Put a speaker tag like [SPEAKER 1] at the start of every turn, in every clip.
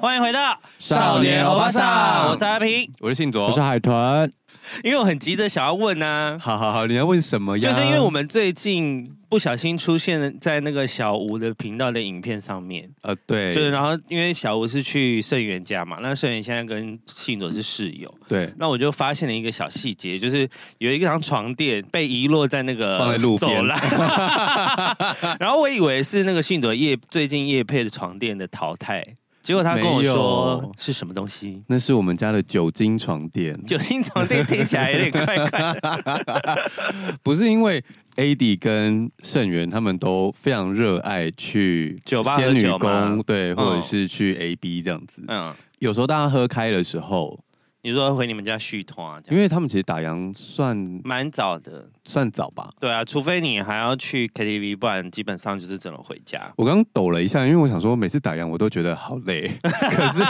[SPEAKER 1] 欢迎回到
[SPEAKER 2] 少年欧巴桑
[SPEAKER 1] 我是阿平。
[SPEAKER 3] 我是信卓
[SPEAKER 2] 我是。海豚，
[SPEAKER 1] 因为我很急着想要问呐、
[SPEAKER 3] 好好好，你要问什么哎呀？
[SPEAKER 1] 就是因为我们最近不小心出现在那个小吴的频道的影片上面，
[SPEAKER 3] 呃，对，
[SPEAKER 1] 就是然后因为小吴是去盛元家嘛，那盛元现在跟信佐是室友，
[SPEAKER 3] 对，
[SPEAKER 1] 那我就发现了一个小细节，就是有一张床垫被遗落在那个
[SPEAKER 3] 放在路边
[SPEAKER 1] 走廊， 然后我以为是那个信佐叶最近叶配的床垫的淘汰，结果他跟我
[SPEAKER 3] 没有
[SPEAKER 1] 说是什么东西。
[SPEAKER 3] 那是我们家的酒精床垫，
[SPEAKER 1] 酒精床垫听起来有点怪怪的，
[SPEAKER 3] 不是因为 AD 跟盛元他们都非常热爱去
[SPEAKER 1] 酒吧喝
[SPEAKER 3] 仙女
[SPEAKER 1] 酒吗
[SPEAKER 3] 宫，对，或者
[SPEAKER 1] 嗯
[SPEAKER 3] 是去 AB 这样子。
[SPEAKER 1] 嗯，
[SPEAKER 3] 有时候大家喝开的时候，
[SPEAKER 1] 你说回你们家续团啊，这
[SPEAKER 3] 因
[SPEAKER 1] 样
[SPEAKER 3] 为他们其实打烊算
[SPEAKER 1] 蛮早的，
[SPEAKER 3] 算早吧。
[SPEAKER 1] 对啊，除非你还要去 KTV，不然基本上就是只能回家。
[SPEAKER 3] 我刚刚抖了一下，因为我想说，每次打烊我都觉得好 累，可是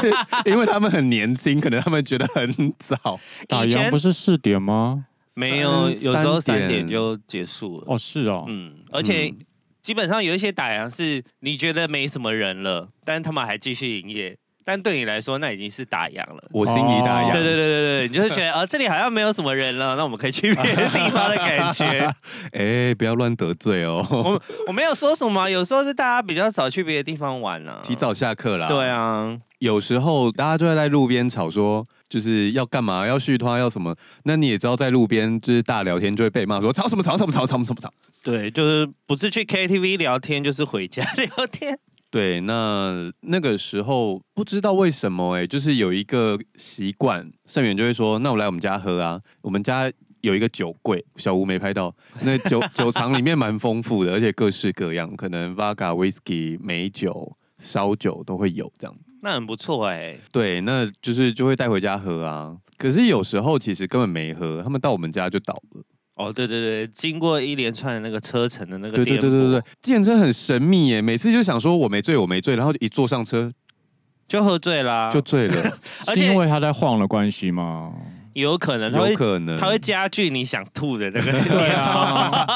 [SPEAKER 3] 因为他们很年轻，可能他们觉得很早。
[SPEAKER 2] 打
[SPEAKER 1] 以前
[SPEAKER 2] 烊不是四点吗？
[SPEAKER 1] 没有，有时候
[SPEAKER 3] 三
[SPEAKER 1] 三
[SPEAKER 3] 点
[SPEAKER 1] 点就结束了。
[SPEAKER 2] 哦，是哦，
[SPEAKER 1] 嗯，而且基本上有一些打烊是你觉得没什么人了，但他们还继续营业，但对你来说那已经是打烊了。
[SPEAKER 3] 我心里打烊，
[SPEAKER 2] 哦
[SPEAKER 1] 对对对对对，你就会觉得呃这里好像没有什么人了，那我们可以去别的地方的感觉。
[SPEAKER 3] 哎、不要乱得罪哦，
[SPEAKER 1] 我 我没有说什么啊，有时候是大家比较早去别的地方玩了、啊，
[SPEAKER 3] 提。早下课啦。
[SPEAKER 1] 对，啊，
[SPEAKER 3] 有时候大家就会在路边吵说，就是要干嘛，要续团，要什么。那你也知道，在路边就是大聊天就会被骂说吵什么吵什么吵吵什么吵。
[SPEAKER 1] 对，就是不是去 KTV 聊天，就是回家聊天。
[SPEAKER 3] 对，那那个时候不知道为什么哎、就是有一个习惯，盛远就会说：“那我来我们家喝啊，我们家有一个酒柜，小吴没拍到，那 酒酒藏里面蛮丰富的，而且各式各样，可能 Vaga、Whisky、美酒、烧酒都会有这样。”
[SPEAKER 1] 那很不错哎、
[SPEAKER 3] 对，那就是就会带回家喝啊。可是有时候其实根本没喝，他们到我们家就倒了。
[SPEAKER 1] 哦，对对对，经过一连串的那个车程的那个
[SPEAKER 3] 对
[SPEAKER 1] 颠
[SPEAKER 3] 对
[SPEAKER 1] 簸，
[SPEAKER 3] 对对对，健身很神秘耶，每次就想说我没醉我没醉，然后一坐上车
[SPEAKER 1] 就喝醉啦，
[SPEAKER 3] 就醉 了，
[SPEAKER 1] 而
[SPEAKER 2] 是
[SPEAKER 1] 且
[SPEAKER 2] 因为他在晃的关系吗？
[SPEAKER 1] 有可能他
[SPEAKER 3] 有
[SPEAKER 1] 会
[SPEAKER 3] 可能
[SPEAKER 1] 它会加剧你想吐的 那个
[SPEAKER 2] 对
[SPEAKER 1] 念头。
[SPEAKER 2] 啊，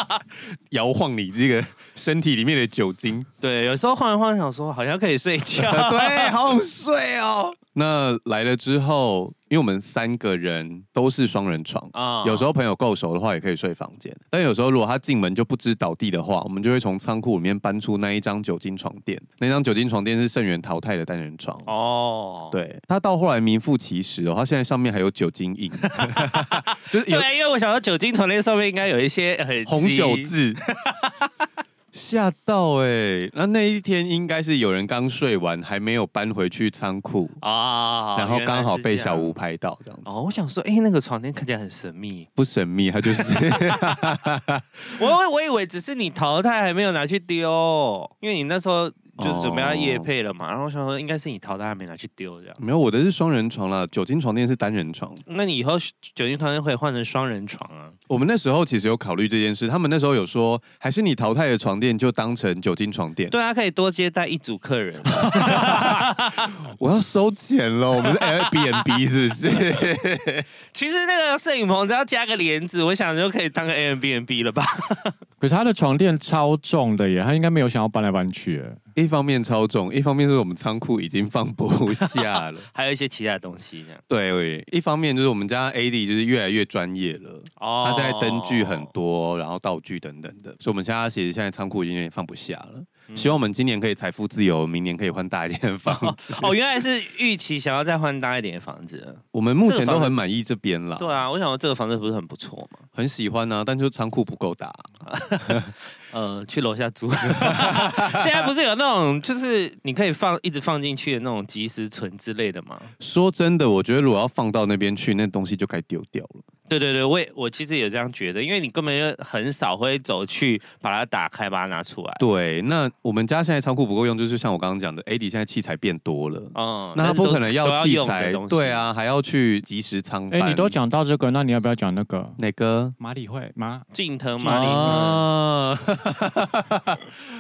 [SPEAKER 3] 摇晃你这个身体里面的酒 精。
[SPEAKER 1] 对，有时候晃一晃，想说好像可以睡 觉。
[SPEAKER 3] 对，好想睡哦。那来了之后，因为我们三个人都是双人床。
[SPEAKER 1] 啊
[SPEAKER 3] 有时候朋友够熟的话，也可以睡房间。但有时候如果他进门就不知倒地的话，我们就会从仓库里面搬出那一张酒精床垫。那张酒精床垫是盛源淘汰的单人床。
[SPEAKER 1] 哦，
[SPEAKER 3] 对，他到后来名副其实哦，他现在上面还有酒精 印，就是有
[SPEAKER 1] 对，因为我想到酒精床垫上面应该有一些很
[SPEAKER 3] 红酒字，吓到哎、那那一天应该是有人刚睡完，还没有搬回去仓库，
[SPEAKER 1] 啊，
[SPEAKER 3] 然后
[SPEAKER 1] 原来
[SPEAKER 3] 刚好
[SPEAKER 1] 是
[SPEAKER 3] 被
[SPEAKER 1] 这
[SPEAKER 3] 小
[SPEAKER 1] 样
[SPEAKER 3] 吴。拍到，这样子
[SPEAKER 1] 哦，我想说，哎、那个床垫看起来很神秘，
[SPEAKER 3] 不神秘，他就是
[SPEAKER 1] 我我我以为只是你淘汰还没有拿去丢，因为你那时候就是准备要
[SPEAKER 3] 哦
[SPEAKER 1] 夜配了嘛，然后我想说应该是你淘汰还没拿去丢这样。
[SPEAKER 3] 没有我的是双人床啦，酒精床垫是单人床。
[SPEAKER 1] 那你以后酒精床垫可以换成双人床啊？
[SPEAKER 3] 我们那时候其实有考虑这件事，他们那时候有说，还是你淘汰的床垫就当成酒精床垫。
[SPEAKER 1] 对啊，可以多接待一组客人。啊
[SPEAKER 3] 我要收钱了，我们是哎 Airbnb 是 不是？
[SPEAKER 1] 其实那个摄影棚只要加个帘子，我想就可以当个 Airbnb 了吧？
[SPEAKER 2] 可是他的床垫超重的耶，他应该没有想要搬来搬去耶。
[SPEAKER 3] 一方面超重，一方面是我们仓库已经放不下 了。
[SPEAKER 1] 还有一些其他的东西这样。
[SPEAKER 3] 对，一方面就是我们家 AD 就是越来越专业了，
[SPEAKER 1] 哦
[SPEAKER 3] 他现在灯具很，多，然后道具等等的，所以我们现在其实现在仓库已经有点放不下了。
[SPEAKER 1] 嗯
[SPEAKER 3] 希望我们今年可以财富自由，明年可以换大一点的房 子。
[SPEAKER 1] 哦，原来是预期想要再换大一点的房子了。
[SPEAKER 3] 我们目
[SPEAKER 1] 这
[SPEAKER 3] 前
[SPEAKER 1] 个房
[SPEAKER 3] 都
[SPEAKER 1] 子
[SPEAKER 3] 很满意这边啦，
[SPEAKER 1] 对啊，我想说这个房子不是很不错嘛？
[SPEAKER 3] 很喜欢啊，但就仓库不够大。
[SPEAKER 1] 呃，去楼下 租。现在不是有那种就是你可以放一直放进去的那种即时存之类的吗？
[SPEAKER 3] 说真的，我觉得如果要放到那边去，那东西就该丢掉了。
[SPEAKER 1] 对对对，我也我其实也这样觉得，因为你根本就很少会走去把它打开，把它拿出来。
[SPEAKER 3] 对，那我们家现在仓库不够用，就是像我刚刚讲的，AD 现在器材变多了。
[SPEAKER 1] 嗯
[SPEAKER 3] 那
[SPEAKER 1] 但
[SPEAKER 3] 他
[SPEAKER 1] 是
[SPEAKER 3] 不
[SPEAKER 1] 都
[SPEAKER 3] 可能
[SPEAKER 1] 都
[SPEAKER 3] 要器
[SPEAKER 1] 用的
[SPEAKER 3] 材
[SPEAKER 1] 东，西
[SPEAKER 3] 对，啊，还要去即时仓
[SPEAKER 2] 哎、
[SPEAKER 3] 搬。
[SPEAKER 2] 你都讲到这个，那你要不要讲那个
[SPEAKER 3] 哪个？
[SPEAKER 2] 马里会马？
[SPEAKER 1] 近藤麻里、
[SPEAKER 3] 啊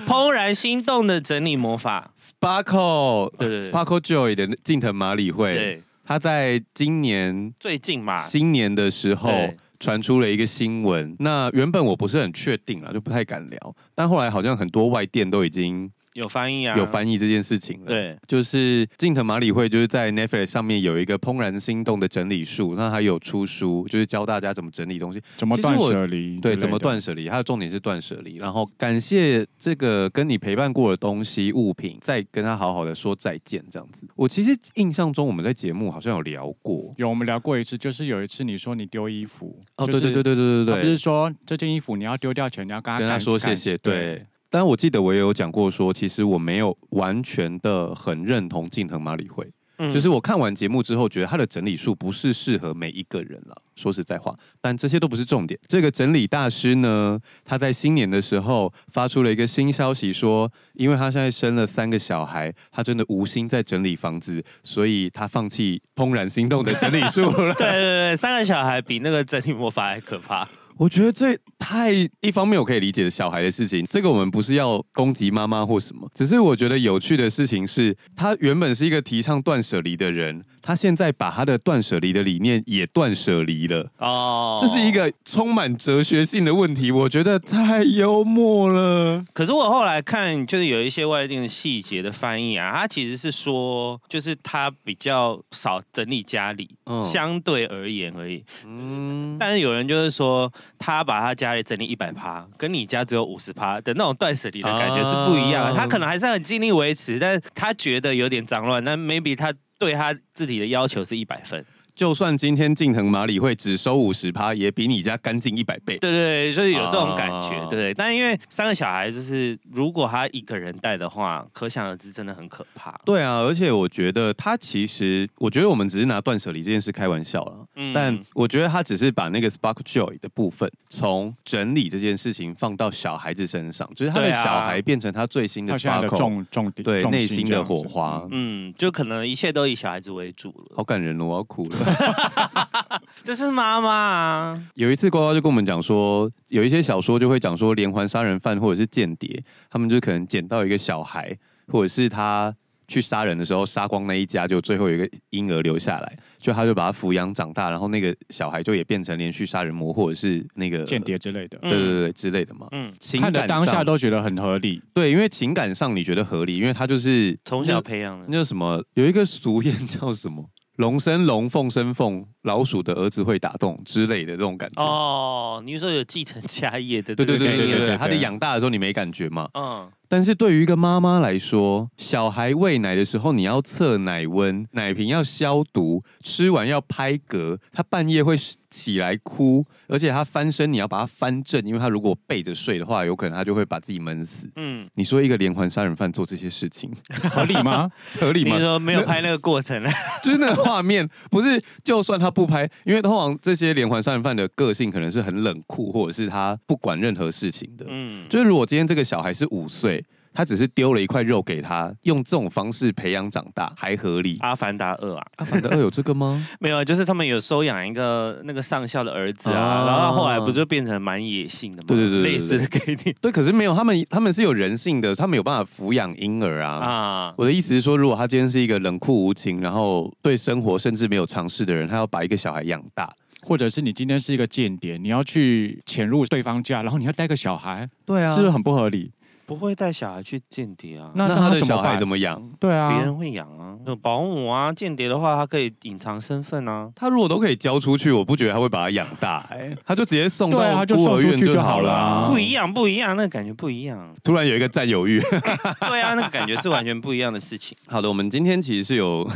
[SPEAKER 1] 怦然心动的整理魔法，
[SPEAKER 3] ，Sparkle，
[SPEAKER 1] 对对对
[SPEAKER 3] Sparkle Joy 的近藤麻里惠，
[SPEAKER 1] 对，
[SPEAKER 3] 他在今年
[SPEAKER 1] 最近嘛，
[SPEAKER 3] 新年的时候
[SPEAKER 1] 对
[SPEAKER 3] 传出了一个新闻。那原本我不是很确定啊，就不太敢聊，但后来好像很多外电都已经
[SPEAKER 1] 有翻译啊，
[SPEAKER 3] 有翻译啊这件事情了。，
[SPEAKER 1] 对，
[SPEAKER 3] 就是近藤麻里惠就是在 Netflix 上面有一个《怦然心动》的整理术，那他有出书，就是教大家怎么整理东西，
[SPEAKER 2] 怎么
[SPEAKER 3] 其实
[SPEAKER 2] 断
[SPEAKER 3] 我
[SPEAKER 2] 舍离？
[SPEAKER 3] 对，怎么断？舍离。它的重点是断舍离，然后感谢这个跟你陪伴过的东西、物品，再跟他好好的说再见，这样子。我其实印象中我们在节目好像有聊过，
[SPEAKER 2] 有我们聊过一次，就是有一次你说你丢衣服，
[SPEAKER 3] 哦，
[SPEAKER 2] 就是
[SPEAKER 3] 对对对对
[SPEAKER 2] 他
[SPEAKER 3] 对对
[SPEAKER 2] 不是
[SPEAKER 3] 对，
[SPEAKER 2] 说这件衣服你要丢掉前，你要跟他
[SPEAKER 3] 跟他
[SPEAKER 2] 感
[SPEAKER 3] 说
[SPEAKER 2] 感
[SPEAKER 3] 谢谢，对。但我记得我也有讲过说其实我没有完全的很认同近藤麻里惠，
[SPEAKER 1] 嗯。
[SPEAKER 3] 就是我看完节目之后，觉得他的整理术不是适合每一个人了。说实在话，但这些都不是重点。这个整理大师呢，他在新年的时候发出了一个新消息说，因为他现在生了三个小孩，他真的无心在整理房子，所以他放弃怦然心动的整理术了
[SPEAKER 1] 对对对，三个小孩比那个整理魔法还可怕。
[SPEAKER 3] 我觉得这太一方面我可以理解小孩的事情，这个我们不是要攻击妈妈或什么，只是我觉得有趣的事情是，他原本是一个提倡断舍离的人，他现在把他的断舍离的理念也断舍离了。
[SPEAKER 1] 哦，
[SPEAKER 3] 这是一。个充满哲学性的问题，我觉得太幽默了。
[SPEAKER 1] 可是我后来看，就是有一些外电的细节的翻译啊，他其实是说，就是他比较少整理家里，
[SPEAKER 3] 嗯
[SPEAKER 1] 相对而言而已。
[SPEAKER 3] 嗯，
[SPEAKER 1] 但是有人就是说，他把他家里整理一百趴，跟你家只有五十趴的那种断舍离的感觉是不一样的。
[SPEAKER 3] 啊
[SPEAKER 1] 他可能还是很尽力维持，但是他觉得有点脏乱，但 maybe 他对他自己的要求是一百分。
[SPEAKER 3] 就算今天近藤麻里会只收五十趴，也比你家干净一百倍。
[SPEAKER 1] 对对对，就是有这种感觉，
[SPEAKER 3] 啊
[SPEAKER 1] 对不对？但因为三个小孩，就是如果他一个人带的话，可想而知，真的很可怕。
[SPEAKER 3] 对啊，而且我觉得他其实，我觉得我们只是拿断舍离这件事开玩笑了。
[SPEAKER 1] 嗯
[SPEAKER 3] 但我觉得他只是把那个 spark joy 的部分，从整理这件事情放到小孩子身上，就是他的
[SPEAKER 1] 对啊
[SPEAKER 3] 小孩变成他最新的
[SPEAKER 2] 啊他现在的
[SPEAKER 3] spark，
[SPEAKER 2] 重重点，
[SPEAKER 3] 对
[SPEAKER 2] 重
[SPEAKER 3] 内
[SPEAKER 2] 心
[SPEAKER 3] 心
[SPEAKER 2] 这
[SPEAKER 3] 的
[SPEAKER 2] 样子
[SPEAKER 3] 火花。。
[SPEAKER 1] 嗯，就可能一切都以小孩子为主了。
[SPEAKER 3] 好感人哦，我要哭了。
[SPEAKER 1] 这是妈妈啊，
[SPEAKER 3] 有一次，呱呱就跟我们讲说，有一些小说就会讲说，连环杀人犯或者是间谍，他们就可能捡到一个小孩，或者是他去杀人的时候杀光那一家，就最后有一个婴儿留下来，就他就把他抚养长大，然后那个小孩就也变成连续杀人魔或者是那个
[SPEAKER 2] 间，谍之类的，
[SPEAKER 1] 嗯
[SPEAKER 3] 对对对对之类的嘛。
[SPEAKER 1] 嗯，
[SPEAKER 3] 情
[SPEAKER 2] 看
[SPEAKER 3] 感
[SPEAKER 2] 的当下
[SPEAKER 3] 上
[SPEAKER 2] 都觉得很合理。
[SPEAKER 3] 对，因为情感上你觉得合理，因为他就是
[SPEAKER 1] 从小培养的。
[SPEAKER 3] 那叫什么，有一个俗谚 叫什么“龙生龙，凤生凤，老鼠的儿子会打洞”之类的这种感觉。哦，
[SPEAKER 1] 哦，你是说有继承家业的这个
[SPEAKER 3] 对对
[SPEAKER 1] 概念？
[SPEAKER 3] 对对
[SPEAKER 2] 对
[SPEAKER 3] 对
[SPEAKER 2] 对
[SPEAKER 3] 对，
[SPEAKER 2] 对
[SPEAKER 3] 他的养大的时候你没感觉嘛？
[SPEAKER 1] 嗯，
[SPEAKER 3] 但是对于一个妈妈来说，小孩喂奶的时候你要测奶温，奶瓶要消毒，吃完要拍嗝，他半夜会起来哭，而且他翻身你要把他翻正，因为他如果背着睡的话，有可能他就会把自己闷死。
[SPEAKER 1] 嗯，
[SPEAKER 3] 你说一个连环杀人犯做这些事 情
[SPEAKER 2] 合理吗？
[SPEAKER 3] 合理
[SPEAKER 1] 你
[SPEAKER 3] 吗
[SPEAKER 1] 是？说没有拍那个过 程呢？啊
[SPEAKER 3] 就是那个画面，不是就算他不拍，因为通常这些连环杀人犯的个性可能是很冷酷，或者是他不管任何事情的。
[SPEAKER 1] 嗯，
[SPEAKER 3] 就是如果今天这个小孩是五岁，他只是丢了一块肉给他，用这种方式培养长大还合理。
[SPEAKER 1] 阿凡达二啊，
[SPEAKER 3] 阿凡达二有这个吗？
[SPEAKER 1] 没有，啊就是他们有收养一个那个上校的儿子啊，
[SPEAKER 3] 啊
[SPEAKER 1] 然后后来不就变成蛮野性的吗？
[SPEAKER 3] 对对对对对
[SPEAKER 1] 类似的概念
[SPEAKER 3] 对，可是没有，他们他们是有人性的，他们有办法抚养婴儿啊。
[SPEAKER 1] 啊，
[SPEAKER 3] 我的意思是说，如果他今天是一个冷酷无情，然后对生活甚至没有尝试的人，他要把一个小孩养大，
[SPEAKER 2] 或者是你今天是一个间谍，你要去潜入对方家，然后你要带个小孩，
[SPEAKER 3] 对啊
[SPEAKER 2] 是不是很不合理？
[SPEAKER 1] 啊不会带小孩去间谍啊。
[SPEAKER 2] 那
[SPEAKER 3] 那他的
[SPEAKER 2] 怎么
[SPEAKER 3] 小孩
[SPEAKER 2] 办
[SPEAKER 3] 怎么养？
[SPEAKER 2] 对
[SPEAKER 1] 别
[SPEAKER 2] 啊，
[SPEAKER 1] 人会养啊，有保姆啊，间谍的话，他可以隐藏身份啊。
[SPEAKER 3] 他如果都可以交出去，我不觉得他会把他养 大、哎，他就直接送
[SPEAKER 2] 对啊
[SPEAKER 3] 到
[SPEAKER 2] 他就
[SPEAKER 3] 孤
[SPEAKER 2] 送
[SPEAKER 3] 儿院
[SPEAKER 2] 出去
[SPEAKER 3] 就
[SPEAKER 2] 就
[SPEAKER 3] 好
[SPEAKER 2] 好
[SPEAKER 3] 了、。
[SPEAKER 2] 了啊
[SPEAKER 1] 不一样，不一样，那个感觉不一样
[SPEAKER 3] 突然有一个占有欲。
[SPEAKER 1] 对啊，那个感觉是完全不一样的事情。
[SPEAKER 3] 好的，我们今天其实是有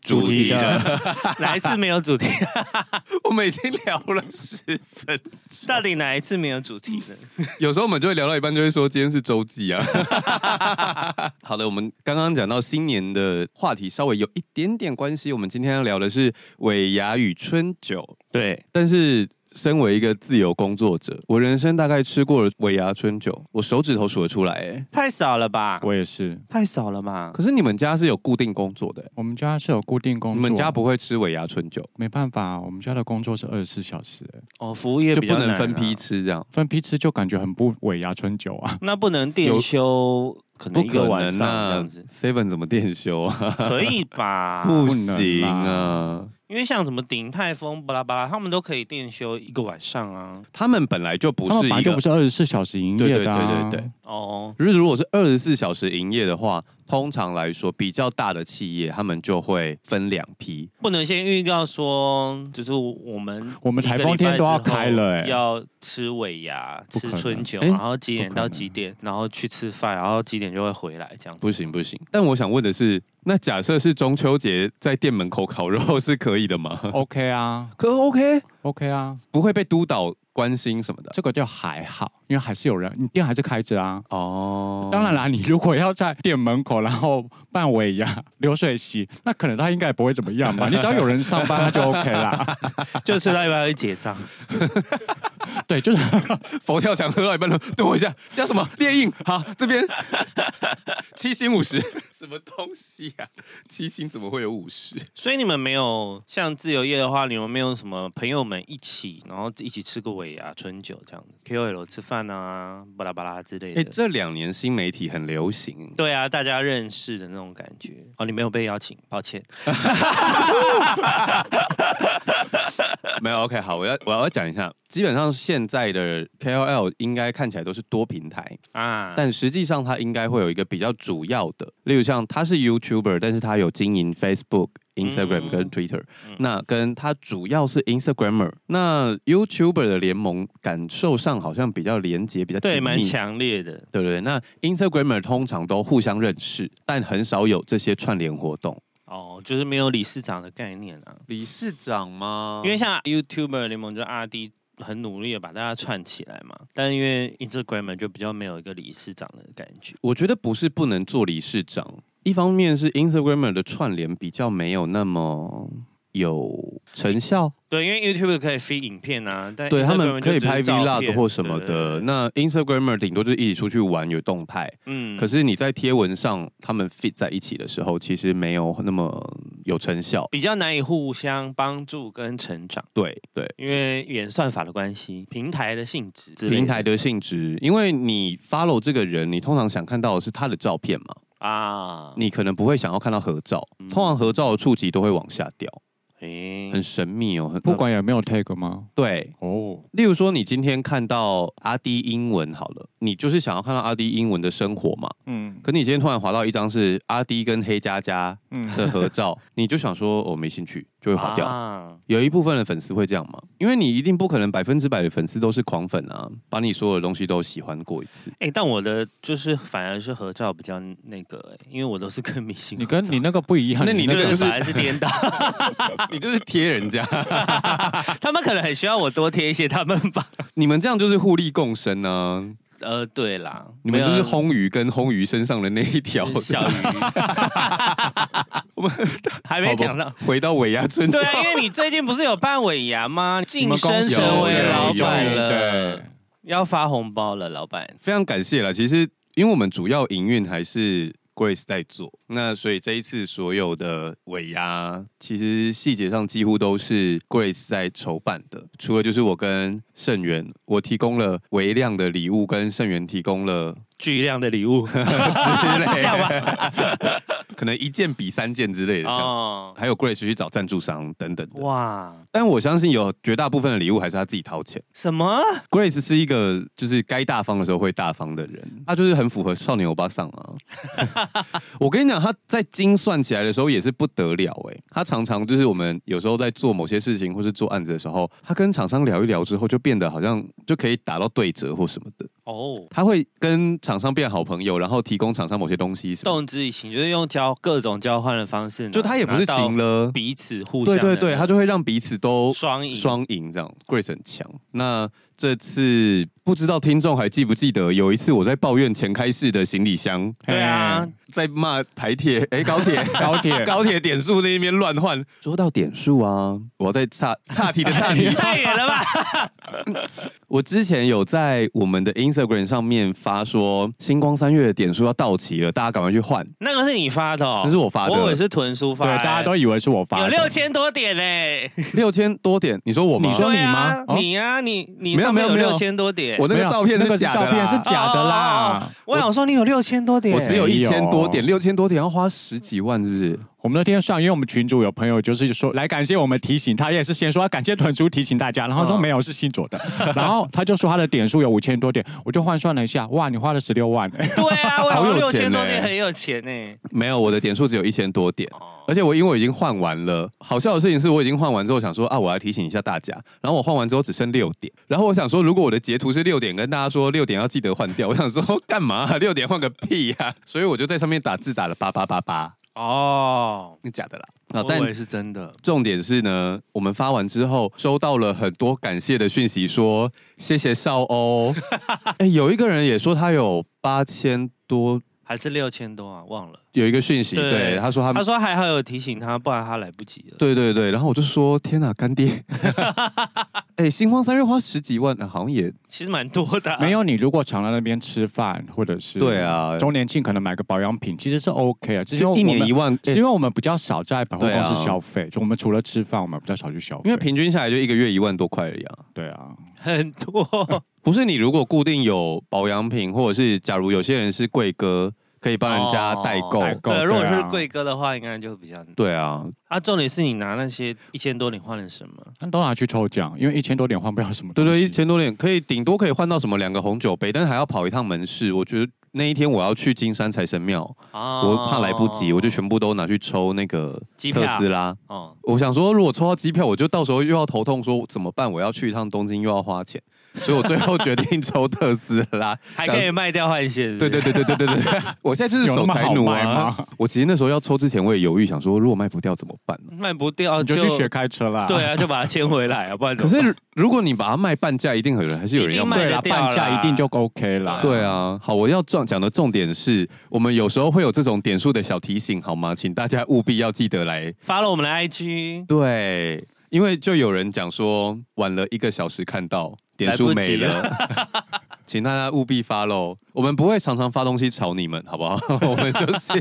[SPEAKER 2] 主题的，
[SPEAKER 1] 哪一次没有主题？
[SPEAKER 3] 我们已经聊了十，
[SPEAKER 1] 到底哪一次没有主题呢？
[SPEAKER 3] 有时候我们就会聊到一半就会说今天是周记啊。 好的，我们刚刚讲到新年的话题稍微有一点点关系，我们今天要聊的是尾牙与春酒，
[SPEAKER 1] 对，
[SPEAKER 3] 但是。身为一个自由工作者，我人生大概吃过了尾牙春酒，我手指头数得出来、哎，
[SPEAKER 1] 太少了吧？
[SPEAKER 2] 我也是。
[SPEAKER 1] 太少了吧？
[SPEAKER 3] 可是你们家是有固定工作的、哎
[SPEAKER 2] 我们家是有固定工
[SPEAKER 3] 你
[SPEAKER 2] 作，
[SPEAKER 3] 们家不会吃尾牙春酒，
[SPEAKER 2] 没办法，我们家的工作是二十四小时、欸
[SPEAKER 1] 哦，服务业
[SPEAKER 3] 就
[SPEAKER 1] 比较
[SPEAKER 3] 不能
[SPEAKER 1] 难啊
[SPEAKER 3] 分批，吃这样。
[SPEAKER 2] 分批吃就感觉很不尾牙春酒啊。
[SPEAKER 1] 那不能
[SPEAKER 3] 有
[SPEAKER 1] 店休，可能
[SPEAKER 3] 不
[SPEAKER 1] 一个
[SPEAKER 3] 可
[SPEAKER 1] 晚
[SPEAKER 3] 能
[SPEAKER 1] 上这样
[SPEAKER 3] 啊
[SPEAKER 1] 子，
[SPEAKER 3] ！Seven 怎么电休啊？
[SPEAKER 1] 可以吧？
[SPEAKER 2] 不
[SPEAKER 3] 不
[SPEAKER 2] 能
[SPEAKER 3] 行
[SPEAKER 2] 啦
[SPEAKER 3] 啊！
[SPEAKER 1] 因因为像什么鼎泰丰巴拉巴拉，他们都可以店休一个晚上啊。
[SPEAKER 3] 他们本来就不
[SPEAKER 2] 他们
[SPEAKER 3] 是
[SPEAKER 2] 本来
[SPEAKER 3] 一
[SPEAKER 2] 就
[SPEAKER 3] 个
[SPEAKER 2] 不，是二十四小时营
[SPEAKER 3] 对
[SPEAKER 2] 业
[SPEAKER 3] 对
[SPEAKER 2] 的、啊，
[SPEAKER 3] 对对对。
[SPEAKER 1] 哦，
[SPEAKER 3] 如如果是二十四小时营业的话，通常来说比较大的企业，他们就会分两批。
[SPEAKER 1] 不能先预告说，就是我们
[SPEAKER 2] 我们
[SPEAKER 1] 一个
[SPEAKER 2] 台风天都要开了
[SPEAKER 1] 礼拜
[SPEAKER 2] 欸
[SPEAKER 1] 之后要吃尾牙、
[SPEAKER 2] 不可
[SPEAKER 1] 吃
[SPEAKER 2] 能
[SPEAKER 1] 春酒，
[SPEAKER 3] 欸
[SPEAKER 1] 然后几点
[SPEAKER 2] 不可能
[SPEAKER 1] 到几点，然后去吃饭，然后几点就会回来这样子。
[SPEAKER 3] 不行不行，但我想问的是，那假设是中秋节在店门口烤肉是可以的吗？
[SPEAKER 2] OK 啊
[SPEAKER 3] 可 OK，
[SPEAKER 2] ，OK 啊，
[SPEAKER 3] 不会被督导关心什么的
[SPEAKER 2] 这个就还好，因为还是有人，你店还是开着啊。
[SPEAKER 3] 哦。
[SPEAKER 2] 当然啦，你如果要在店门口，然后办尾牙、流水席，那可能他应该也不会怎么样 吧。你只要有人上班，那就 OK 啦。
[SPEAKER 1] 就吃到一半会结账，
[SPEAKER 2] 对，就是
[SPEAKER 3] 佛跳墙喝到一半了，等我一下，叫什么猎印？好，这边七星五十， 什么东西啊？七星怎么会有五十？
[SPEAKER 1] 所以你们没有像自由业的话，你们没有什么朋友们一起，然后一起吃个尾牙、春酒这样子，KOL 吃饭啊，巴拉巴拉之类
[SPEAKER 3] 哎、
[SPEAKER 1] 的。
[SPEAKER 3] 这两年新媒体很流行，
[SPEAKER 1] 对啊，大家认识的那种感觉哦，你没有被邀请，抱歉。
[SPEAKER 3] 没有 OK 好，我要我要讲一下，基本上现在的 KOL 应该看起来都是多平台，
[SPEAKER 1] 啊，
[SPEAKER 3] 但实际上它应该会有一个比较主要的，例如像他是 YouTuber，但是他有经营 Facebook。Instagram
[SPEAKER 1] 嗯
[SPEAKER 3] 跟 Twitter，、
[SPEAKER 1] 嗯
[SPEAKER 3] 那跟他主要是 Instagrammer，那 YouTuber 的联盟感受上好像比较连接比较
[SPEAKER 1] 对，
[SPEAKER 3] 紧
[SPEAKER 1] 蛮
[SPEAKER 3] 密
[SPEAKER 1] 强烈的。
[SPEAKER 3] 对不对？那 Instagrammer 通常都互相认识，但很少有这些串联活动。
[SPEAKER 1] 哦，就是没有理事长的概念啊，
[SPEAKER 3] 理事长吗
[SPEAKER 1] 因为像 YouTuber 联盟就 RD 很努力的把大家串起来嘛，但因为 Instagram 就比较没有一个理事长的感觉。
[SPEAKER 3] 我觉得不是不能做理事长，一方面是 Instagrammer 的串联比较没有那么有成效，
[SPEAKER 1] 对，因为 YouTuber 可以飞影片啊，但
[SPEAKER 3] 对他
[SPEAKER 1] Instagram
[SPEAKER 3] 们可
[SPEAKER 1] 就
[SPEAKER 3] 以
[SPEAKER 1] 只是
[SPEAKER 3] 拍
[SPEAKER 1] 照片
[SPEAKER 3] vlog 或什么的。，那 Instagrammer 顶多就是一起出去玩有动态，
[SPEAKER 1] 嗯
[SPEAKER 3] 可是你在贴文上他们 fit 在一起的时候，其实没有那么有成效。
[SPEAKER 1] 比较难以互相帮助跟成长，
[SPEAKER 3] 对对，
[SPEAKER 1] 因为演算法的关系，平台的性质之类的，
[SPEAKER 3] 平台的性质，因为你 follow 这个人，你通常想看到的是他的照片嘛，
[SPEAKER 1] 啊，
[SPEAKER 3] 你可能不会想要看到合照，
[SPEAKER 1] 嗯
[SPEAKER 3] 通常合照的触及都会往下掉，
[SPEAKER 1] 诶
[SPEAKER 3] 很神秘哦。很
[SPEAKER 1] 嗯
[SPEAKER 2] 不管有没有 tag 吗？
[SPEAKER 3] 对，
[SPEAKER 2] 哦，
[SPEAKER 3] 例如说你今天看到阿迪英文好了，你就是想要看到阿迪英文的生活嘛，
[SPEAKER 2] 嗯
[SPEAKER 3] 可你今天突然滑到一张是阿迪跟黑佳佳
[SPEAKER 2] 嗯，
[SPEAKER 3] 的 合照，你就想说我、哦没兴趣，就会滑掉。
[SPEAKER 1] 啊
[SPEAKER 3] 有一部分的粉丝会这样嘛，因为你一定不可能百分之百的粉丝都是狂粉啊，把你所有的东西都喜欢过一次。
[SPEAKER 1] 哎、但我的就是反而是合照比较那个、欸，因为我都是跟明星合
[SPEAKER 2] 你
[SPEAKER 1] 照。
[SPEAKER 2] 跟你那个不一样，
[SPEAKER 3] 那你那个
[SPEAKER 1] 对
[SPEAKER 3] 就是
[SPEAKER 1] 反而是颠倒，啊
[SPEAKER 3] 你就是贴人家，
[SPEAKER 1] 他们可能很需要我多贴一些他们吧。
[SPEAKER 3] 你们这样就是互利共生啊！
[SPEAKER 1] 呃，对啦，
[SPEAKER 3] 你们就是
[SPEAKER 1] 没有啊
[SPEAKER 3] 烘鱼跟烘鱼身上的那一条。
[SPEAKER 1] 小鱼，
[SPEAKER 3] 我们
[SPEAKER 1] 还没讲到。
[SPEAKER 3] 回到尾牙村
[SPEAKER 1] 对啊，因为你最近不是有办尾牙吗？
[SPEAKER 2] 你
[SPEAKER 1] 晋
[SPEAKER 2] 们公
[SPEAKER 1] 升
[SPEAKER 2] 司
[SPEAKER 1] 成为
[SPEAKER 3] 有
[SPEAKER 1] 老板
[SPEAKER 3] 有
[SPEAKER 1] 了，要发红包了，老 板。
[SPEAKER 3] 非常感谢啦。其实因为我们主要营运还是 Grace 在做，那所以这一次所有的尾牙，其实细节上几乎都是 Grace 在筹办的，除了就是我跟盛元，我提供了微量的礼物，跟盛元提 供了
[SPEAKER 1] 巨量的礼物
[SPEAKER 3] 之类
[SPEAKER 1] 样
[SPEAKER 3] 的， 可能一件比三件之类的。哦
[SPEAKER 1] 哦，
[SPEAKER 3] 还有 Grace 去找赞助商等等的，
[SPEAKER 1] 哇，
[SPEAKER 3] 但我相信有绝大部分的礼物还是他自己掏钱。
[SPEAKER 1] 什么？
[SPEAKER 3] Grace 是一个就是该大方的时候会大方的人，他就是很符合少年欧巴桑啊。 我跟你讲，他在精算起来的时候也是不得了哎、他常常就是我们有时候在做某些事情或是做案子的时候，他跟厂商聊一聊之后，就变得好像就可以打到对折或什么的。
[SPEAKER 1] 哦，
[SPEAKER 3] 他会跟厂商变好朋友，然后提供厂商某些东西什么的，
[SPEAKER 1] 动之以情，就是用交各种交换的方式拿，
[SPEAKER 3] 就他也不是
[SPEAKER 1] 拿到
[SPEAKER 3] 情了。
[SPEAKER 1] 彼此互相
[SPEAKER 3] 对
[SPEAKER 1] 的
[SPEAKER 3] 对对，他就会让彼此都
[SPEAKER 1] 双赢
[SPEAKER 3] 双赢这样，Grace 很强。那这次不知道听众还记不记得，有一次我在抱怨前开市的行李箱，
[SPEAKER 1] 对啊
[SPEAKER 2] 嘿，。
[SPEAKER 3] 在骂台铁， 哎、高铁
[SPEAKER 2] 高铁
[SPEAKER 3] 高铁点数那边乱换，说到点数啊，哎我要再岔岔题的 岔题。
[SPEAKER 1] 太远了吧？
[SPEAKER 3] 我之前有在我们的 Instagram 上面发说，星光三月的点数要到期了，大家赶快去换。
[SPEAKER 1] 那个是你发的、哦，
[SPEAKER 3] 那是哦我发的
[SPEAKER 1] 我以为是屯叔发
[SPEAKER 2] 对，
[SPEAKER 1] 的、
[SPEAKER 2] 大家都以为是我发的，
[SPEAKER 1] 有六千多点嘞、
[SPEAKER 3] 六千多点，你说我吗？
[SPEAKER 2] 你说
[SPEAKER 1] 对
[SPEAKER 2] 吗
[SPEAKER 1] 啊
[SPEAKER 2] 哦
[SPEAKER 1] 你啊，你你
[SPEAKER 3] 没有
[SPEAKER 1] 上面
[SPEAKER 3] 没有哎没有
[SPEAKER 1] 六千多点，
[SPEAKER 3] 我那
[SPEAKER 2] 没
[SPEAKER 3] 个
[SPEAKER 2] 有
[SPEAKER 3] 照片
[SPEAKER 2] 那个
[SPEAKER 3] 是
[SPEAKER 2] 是
[SPEAKER 3] 假的
[SPEAKER 2] 照片
[SPEAKER 3] 啦啊
[SPEAKER 2] 是假
[SPEAKER 1] 哦
[SPEAKER 2] 的
[SPEAKER 1] 哦哦
[SPEAKER 2] 啦。
[SPEAKER 1] 我想说你有六千多点，
[SPEAKER 3] 我只有
[SPEAKER 2] 没
[SPEAKER 3] 一
[SPEAKER 2] 有
[SPEAKER 3] 千多点，六千多点要花十几万，是不是？
[SPEAKER 2] 我们那天上，因为我们群主有朋友就是说来感谢我们提醒他，也是先说啊感谢团叔提醒大家，然后说
[SPEAKER 1] 嗯
[SPEAKER 2] 没有是新 左的，然后他就说他的点数有五千多点，我就换算了一下，哇，你花了十六万、 欸，
[SPEAKER 1] 对啊，我
[SPEAKER 3] 好
[SPEAKER 1] 有
[SPEAKER 3] 有
[SPEAKER 1] 六
[SPEAKER 3] 钱
[SPEAKER 1] 千多
[SPEAKER 3] 欸
[SPEAKER 1] 点很有钱欸呢。
[SPEAKER 3] 没有，我的点数只有一千多点，而且我因为我已经换完了。好笑的事情是我已经换完之后想说啊，我要提醒一下大家。然后我换完之后只剩六点，然后我想说，如果我的截图是六点，跟大家说六点要记得换掉，我想说干嘛啊六、点换个屁呀、所以我就在上面打字打了八八八八，
[SPEAKER 1] 哦，
[SPEAKER 3] 那假的啦。啊，
[SPEAKER 1] 我
[SPEAKER 3] 但
[SPEAKER 1] 以为是真的。
[SPEAKER 3] 重点是呢，我们发完之后收到了很多感谢的讯息说，谢谢少欧。哎、有一个人也说他有八千多，
[SPEAKER 1] 还是六千多啊，忘了。
[SPEAKER 3] 有一个讯息，
[SPEAKER 1] 对
[SPEAKER 3] 对他说他
[SPEAKER 1] 他说还好有提醒他，不然他来不及了。
[SPEAKER 3] 对对对，然后我就说天哪、干 爹！哎、星光三月花十几万，啊好像也
[SPEAKER 1] 其实蛮多的、啊
[SPEAKER 2] 没，有你如果常在那边吃饭或者是
[SPEAKER 3] 对啊，
[SPEAKER 2] 周年庆可能买个保养品其实是 OK 啊，只是
[SPEAKER 3] 就一年一
[SPEAKER 2] 万。
[SPEAKER 3] 万，哎
[SPEAKER 2] 是因为我们比较少在百货
[SPEAKER 3] 对
[SPEAKER 2] 公
[SPEAKER 3] 啊
[SPEAKER 2] 司消费，就我们除了吃饭，我们比较少去消费。
[SPEAKER 3] 因为平均下来就一个月一万多块而已啊。
[SPEAKER 2] 对啊，
[SPEAKER 1] 很多。
[SPEAKER 3] 不是你如果固定有保养品，或者是假如有些人是贵哥，可以帮人家哦代购。
[SPEAKER 2] 代购
[SPEAKER 1] 对，如果
[SPEAKER 2] 对啊
[SPEAKER 1] 是贵哥的话，应该就比较
[SPEAKER 3] 对啊，
[SPEAKER 1] 啊。重点是你拿那些一千多，你换了什么？
[SPEAKER 2] 但都拿去抽奖，因为一千多点换不了什么
[SPEAKER 3] 对
[SPEAKER 2] 东
[SPEAKER 3] 对，
[SPEAKER 2] 西。
[SPEAKER 3] 一千多点可以，顶多可以换到什么两个红酒杯，但是还要跑一趟门市。我觉得那一天我要去金山财神庙，
[SPEAKER 1] 啊
[SPEAKER 3] 我怕来不及，我就全部都拿去抽那个
[SPEAKER 1] 机票
[SPEAKER 3] 特斯拉。
[SPEAKER 1] 哦，
[SPEAKER 3] 我想说，如果抽到机票，我就到时候又要头痛，说怎么办？我要去一趟东京，又要花钱，所以我最后决定抽特斯拉。
[SPEAKER 1] 还可以卖掉换现是不
[SPEAKER 3] 对
[SPEAKER 1] 是。
[SPEAKER 3] 对对对对对对对， 我现在就是
[SPEAKER 2] 有那
[SPEAKER 3] 守
[SPEAKER 2] 么
[SPEAKER 3] 财
[SPEAKER 2] 好
[SPEAKER 3] 奴
[SPEAKER 2] 卖
[SPEAKER 3] 啊
[SPEAKER 2] 吗！
[SPEAKER 3] 我其实那时候要抽之前，我也犹豫，想说如果卖不掉怎么办呢？
[SPEAKER 1] 卖不掉
[SPEAKER 2] 你就去学开车啦。
[SPEAKER 1] 对啊，就把它签回来啊，不然怎
[SPEAKER 3] 可
[SPEAKER 1] 么办
[SPEAKER 3] 是如果你把它卖半价，一定有人还是有人要
[SPEAKER 1] 卖
[SPEAKER 3] 买
[SPEAKER 1] 得
[SPEAKER 2] 对啦，
[SPEAKER 1] 掉啦
[SPEAKER 2] 半价一定就 OK 啦。
[SPEAKER 3] 对啊，好，我要重讲的重点是我们有时候会有这种点数的小提醒，好吗？请大家务必要记得来。
[SPEAKER 1] 发了我们的 IG，
[SPEAKER 3] 对，因为就有人讲说晚了一个小时看到点数没了， 请大家务必发喽。我们不会常常发东西吵你们，好不好？ 我们就是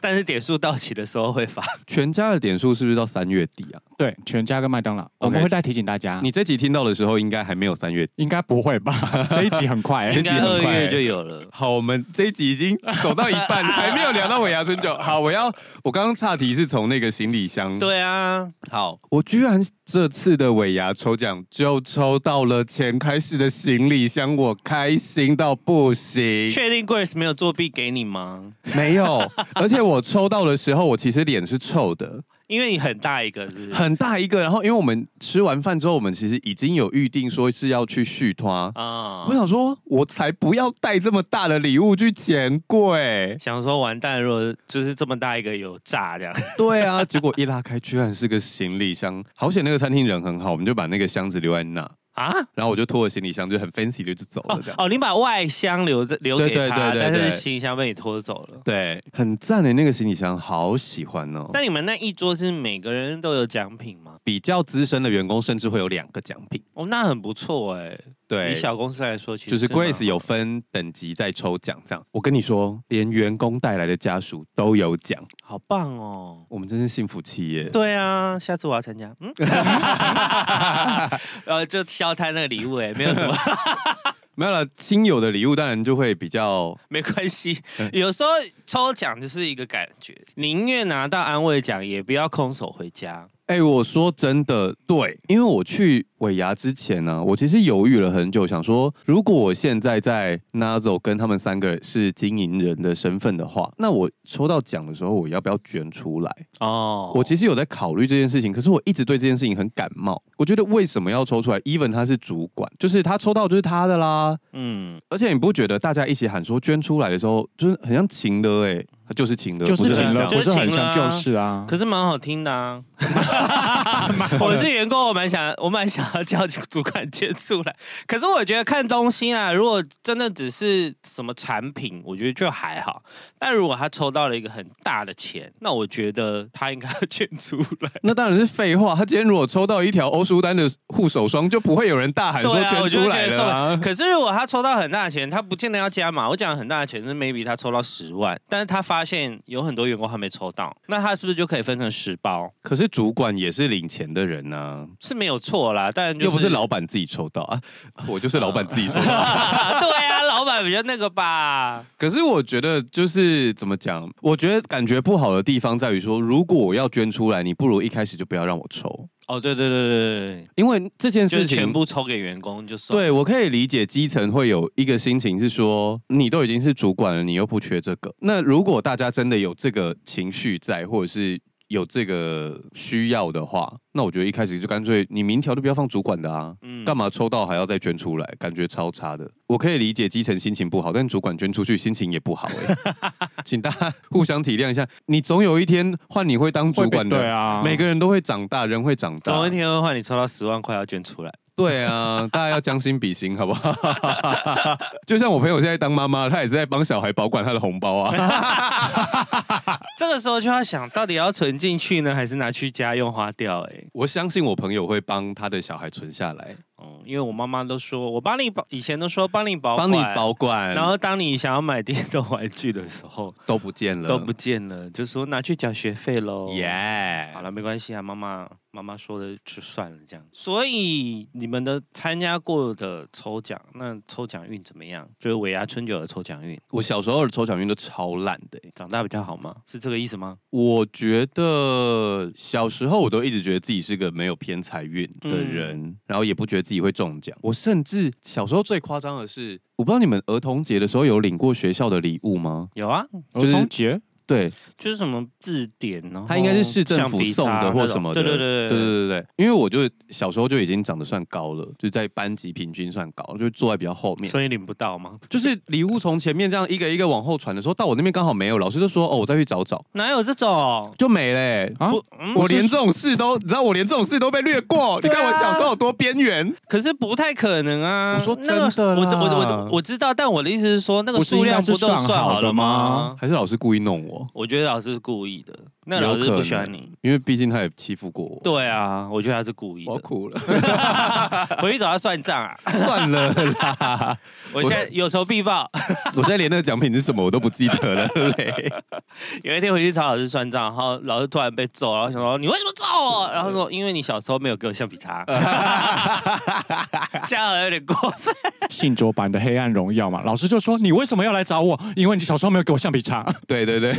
[SPEAKER 1] 但是点数到期的时候会 发。
[SPEAKER 3] 全家的点数是不是到三月底啊？
[SPEAKER 2] 对，全家跟麦当劳，我们会再提醒大家。
[SPEAKER 3] 你这集听到的时候应该还没有三月底。
[SPEAKER 2] 应该不会吧？这一集很快、
[SPEAKER 1] 应
[SPEAKER 2] 欸，
[SPEAKER 1] 该二月就有了。
[SPEAKER 3] 好，我们这一集已经走到一半，还没有聊到尾牙春酒。好，我要我刚刚岔题是从那个行李箱
[SPEAKER 1] 对啊，好，
[SPEAKER 3] 我居然这次的尾牙抽奖就抽到了前开式的行李箱，我开心到不行。
[SPEAKER 1] 确定 Grace 没有作弊给你吗？
[SPEAKER 3] 没有，而且我抽到的时候，我其实脸是臭的，
[SPEAKER 1] 因为你很大一个，是不是？
[SPEAKER 3] 很大一个。然后因为我们吃完饭之后，我们其实已经有预定说是要去续团。
[SPEAKER 1] 啊
[SPEAKER 3] 我，想说，我才不要带这么大的礼物去钱柜。
[SPEAKER 1] 想说完蛋，如果就是这么大一个有炸这样，
[SPEAKER 3] 对啊，结果一拉开，居然是个行李箱。好险那个餐厅人很好，我们就把那个箱子留在那，
[SPEAKER 1] 啊？
[SPEAKER 3] 然后我就拖着行李箱就很 fancy 就就走了
[SPEAKER 1] 哦
[SPEAKER 3] 这样。
[SPEAKER 1] 哦，你把外箱留着留给
[SPEAKER 3] 对对
[SPEAKER 1] 他，
[SPEAKER 3] 对对
[SPEAKER 1] 但是
[SPEAKER 3] 对哦
[SPEAKER 1] 行李箱被你拖走了。
[SPEAKER 3] 对，很赞欸的那个行李箱，好喜欢哦。
[SPEAKER 1] 那你们那一桌是每个人都有奖品吗？
[SPEAKER 3] 比较资深的员工甚至会有两个奖品。
[SPEAKER 1] 哦，那很不错哎。以
[SPEAKER 3] 对，
[SPEAKER 1] 小公司来说，其实
[SPEAKER 3] 就是
[SPEAKER 1] 蛮好
[SPEAKER 3] Grace 有分等级在抽奖，这样。啊我跟你说，连员工带来的家属都有奖，
[SPEAKER 1] 好棒哦。
[SPEAKER 3] 我们真是幸福企 业。
[SPEAKER 1] 对啊，下次我要参加。嗯， 呃，就消摊那个礼物哎，没有什么。
[SPEAKER 3] 没有了，亲友的礼物当然就会比较
[SPEAKER 1] 没关系，有时候抽奖就是一个感觉，宁愿拿到安慰奖，也不要空手回家。
[SPEAKER 3] 哎、我说真的，对，因为我去尾牙之前呢、我其实犹豫了很久，想说，如果我现在在 Nazo 跟他们三个是经营人的身份的话，那我抽到奖的时候，我要不要捐出来？
[SPEAKER 1] 哦，
[SPEAKER 3] 我其实有在考虑这件事情，可是我一直对这件事情很感冒。我觉得为什么要抽出来？Even 他是主管，就是他抽到就是他的啦。
[SPEAKER 1] 嗯，
[SPEAKER 3] 而且你不觉得大家一起喊说捐出来的时候，就是很像情的哎、他就是情的，
[SPEAKER 2] 就是
[SPEAKER 3] 不
[SPEAKER 2] 请
[SPEAKER 3] 很
[SPEAKER 2] 了，
[SPEAKER 3] 像
[SPEAKER 2] 不
[SPEAKER 1] 就是
[SPEAKER 2] 是很
[SPEAKER 1] 请了
[SPEAKER 2] 像，
[SPEAKER 1] 啊
[SPEAKER 2] 就是啊。
[SPEAKER 1] 可是蛮好听的 啊。我是员工，我蛮想，我蛮想要叫主管接出来。可是我觉得看东西啊，如果真的只是什么产品，我觉得就还好。但如果他抽到了一个很大的钱，那我觉得他应该要捐出来。
[SPEAKER 3] 那当然是废话。他今天如果抽到一条欧舒丹的护手霜，就不会有人大喊说
[SPEAKER 1] 对啊，
[SPEAKER 3] 捐
[SPEAKER 1] 我就
[SPEAKER 3] 出
[SPEAKER 1] 会
[SPEAKER 3] 来
[SPEAKER 1] 觉得
[SPEAKER 3] 了、
[SPEAKER 1] 受了。可是如果他抽到很大的钱，他不见得要加码。我讲很大的钱是 maybe 他抽到十万，但是他发现有很多员工还没抽到，那他是不是就可以分成十包？
[SPEAKER 3] 可是主管也是领钱的人呐、啊
[SPEAKER 1] 是没有错啦，但、就是、
[SPEAKER 3] 又不是老板自己抽到啊，我就是老板自己抽到。
[SPEAKER 1] 对啊，老老板比较那个吧。
[SPEAKER 3] 可是我觉得就是怎么讲，我觉得感觉不好的地方在于说，如果我要捐出来，你不如一开始就不要让我抽，
[SPEAKER 1] 哦，对对对对对
[SPEAKER 3] 因为这件
[SPEAKER 1] 对，就
[SPEAKER 3] 事
[SPEAKER 1] 是全
[SPEAKER 3] 情。
[SPEAKER 1] 部抽给员工就算。
[SPEAKER 3] 对，我可以理解基层会有一个心情是说，你都已经是主管了，你又不缺这个。那如果大家真的有这个情绪在，或者是有这个需要的话，那我觉得一开始就干脆你明条都不要放主管的啊，
[SPEAKER 1] 嗯
[SPEAKER 3] 干？嘛抽到还要再捐出来？感觉超差的。我可以理解基层心情不好，但主管捐出去心情也不好哎、 请大家互相体谅一下。你总有一天换你会当主管的，
[SPEAKER 2] 对啊，
[SPEAKER 3] 每个人都会长大，人会长
[SPEAKER 1] 总有
[SPEAKER 3] 大
[SPEAKER 1] 一。天会换你抽到十万块要捐出来。
[SPEAKER 3] 对啊，大家要将心比心，好不好？ 就像我朋友现在当妈妈，她也是在帮小孩保管她的红包 啊。
[SPEAKER 1] 这个时候就要想到底要存进去呢，还是拿去家用花掉、欸？
[SPEAKER 3] 我相信我朋友会帮他的小孩存下来，
[SPEAKER 1] 嗯，因为我妈妈都说我帮你保，以前都说帮你保管，
[SPEAKER 3] 帮你保管，
[SPEAKER 1] 然后当你想要买电动玩具的时候，
[SPEAKER 3] 都不见了，
[SPEAKER 1] 都不见了，就说拿去缴学费喽。
[SPEAKER 3] 耶
[SPEAKER 1] 好了，没关系啊，妈妈妈妈说的就算了这样。所以你们的参加过的抽奖，那抽奖运怎么样？就是尾牙春酒的抽奖运，
[SPEAKER 3] 我小时候的抽奖运都超烂的、欸
[SPEAKER 1] 长大比较好吗？是这个意思吗？
[SPEAKER 3] 我觉得小时候我都一直觉得自己是个没有偏财运的
[SPEAKER 1] 嗯
[SPEAKER 3] 人，然后也不觉得自己会中奖。我甚至小时候最夸张的是，我不知道你们儿童节的时候有领过学校的礼物吗？
[SPEAKER 1] 有啊，
[SPEAKER 2] 儿
[SPEAKER 3] 就是
[SPEAKER 2] 童节
[SPEAKER 3] 对，
[SPEAKER 1] 就是什么字典，然后
[SPEAKER 3] 它应该是市政府送的或什
[SPEAKER 1] 橡皮擦那种
[SPEAKER 3] 么的。
[SPEAKER 1] 对对对
[SPEAKER 3] 对对对对因为我就小时候就已经长得算高了，就在班级平均算高，就坐在比较后面。
[SPEAKER 1] 所以领不到吗？
[SPEAKER 3] 就是礼物从前面这样一个一个往后传的时候，到我那边刚好没有，老师就说哦，我再去找找，
[SPEAKER 1] 哪有这种？
[SPEAKER 3] 就没了欸、
[SPEAKER 2] 啊，
[SPEAKER 1] 不，嗯
[SPEAKER 3] 我连这种事都，你知道我连这种事都被略过。你
[SPEAKER 1] 对啊
[SPEAKER 3] 看我小时候有多边缘，
[SPEAKER 1] 可是不太可能啊！
[SPEAKER 2] 我说
[SPEAKER 1] 那个
[SPEAKER 2] 真的啦
[SPEAKER 1] 我我我我知道，但我的意思是说，那个
[SPEAKER 2] 不是
[SPEAKER 1] 数
[SPEAKER 2] 应
[SPEAKER 1] 量
[SPEAKER 2] 该是
[SPEAKER 1] 不都算
[SPEAKER 2] 算好
[SPEAKER 1] 好
[SPEAKER 2] 的
[SPEAKER 1] 了吗
[SPEAKER 2] 吗？
[SPEAKER 3] 还是老师故意弄我？
[SPEAKER 1] 我觉得老师是故意的，那老
[SPEAKER 3] 有
[SPEAKER 1] 师
[SPEAKER 3] 可
[SPEAKER 1] 不
[SPEAKER 3] 能
[SPEAKER 1] 喜欢你。
[SPEAKER 3] 因为毕竟他也欺负过我。
[SPEAKER 1] 对啊，我觉得他是故意
[SPEAKER 3] 我要
[SPEAKER 1] 的。
[SPEAKER 3] 哭了，
[SPEAKER 1] 回去找他算账 啊！
[SPEAKER 3] 算了啦，
[SPEAKER 1] 我现在有仇必报，
[SPEAKER 3] 我现在连那个奖品是什么我都不记得 了嘞。
[SPEAKER 1] 有一天回去找老师算账，然后老师突然被揍，然后想说你为什么揍我？然后说因为你小时候没有给我橡皮 擦，这样好像有点过分。
[SPEAKER 2] 信卓版的《黑暗荣耀》嘛，老师就说你为什么要来找我？因为你小时候没有给我橡皮擦。
[SPEAKER 3] 对对对。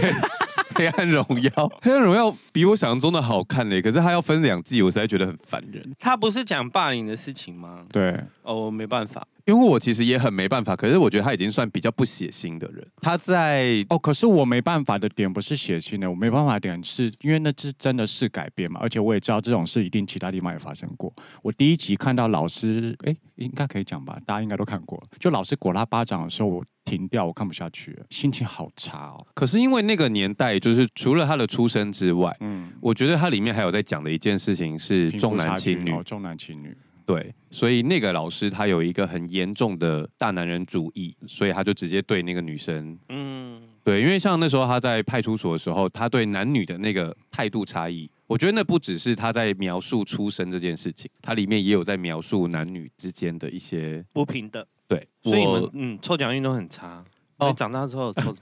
[SPEAKER 3] 黑暗荣耀， 黑暗荣耀比我想象中的好看嘞，可是它要分两季，我实在觉得很烦人。
[SPEAKER 1] 他不是讲霸凌的事情吗？
[SPEAKER 2] 对，
[SPEAKER 1] 哦，我没办法，
[SPEAKER 3] 因为我其实也很没办法，可是我觉得他已经算比较不血腥的人。他在呃
[SPEAKER 2] 哦，可是我没办法的点不是血腥的，我没办法的点是因为那是真的是改编嘛，而且我也知道这种事一定其他地方也发生过。我第一集看到老师，哎，应该可以讲吧，大家应该都看过了，就老师掴他巴掌的时候，我停掉，我看不下去了，心情好差哦。
[SPEAKER 3] 可是因为那个年代，就是除了他的出身之外，
[SPEAKER 2] 嗯，
[SPEAKER 3] 我觉得它里面还有在讲的一件事情是
[SPEAKER 2] 贫富
[SPEAKER 3] 重男
[SPEAKER 2] 差距
[SPEAKER 3] 轻女
[SPEAKER 2] 哦，，重男轻女，
[SPEAKER 3] 对，所以那个老师他有一个很严重的大男人主义，所以他就直接对那个女生，
[SPEAKER 1] 嗯。
[SPEAKER 3] 对，因为像那时候他在派出所的时候，他对男女的那个态度差异，我觉得那不只是他在描述出身这件事情，它里面也有在描述男女之间的一些，
[SPEAKER 1] 不平等，
[SPEAKER 3] 对
[SPEAKER 1] 所以你们
[SPEAKER 3] 我
[SPEAKER 1] 嗯抽奖运都很差。
[SPEAKER 3] 哦
[SPEAKER 1] 哦，长大之后抽，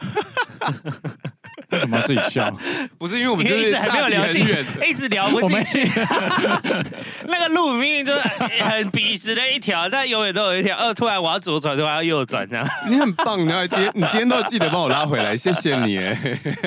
[SPEAKER 2] 为什么要自己笑？
[SPEAKER 3] 不是因为我
[SPEAKER 1] 因为一直还没有聊进去，一直聊不
[SPEAKER 2] 我
[SPEAKER 1] 进
[SPEAKER 2] 们
[SPEAKER 1] 去。 那个路明明就是哎很笔直的一条，但永远都有一条。哦，突然我要左转，突然要右转，这样。
[SPEAKER 3] 你很棒，你要今天你今天都记得帮我拉回来，谢谢你。哎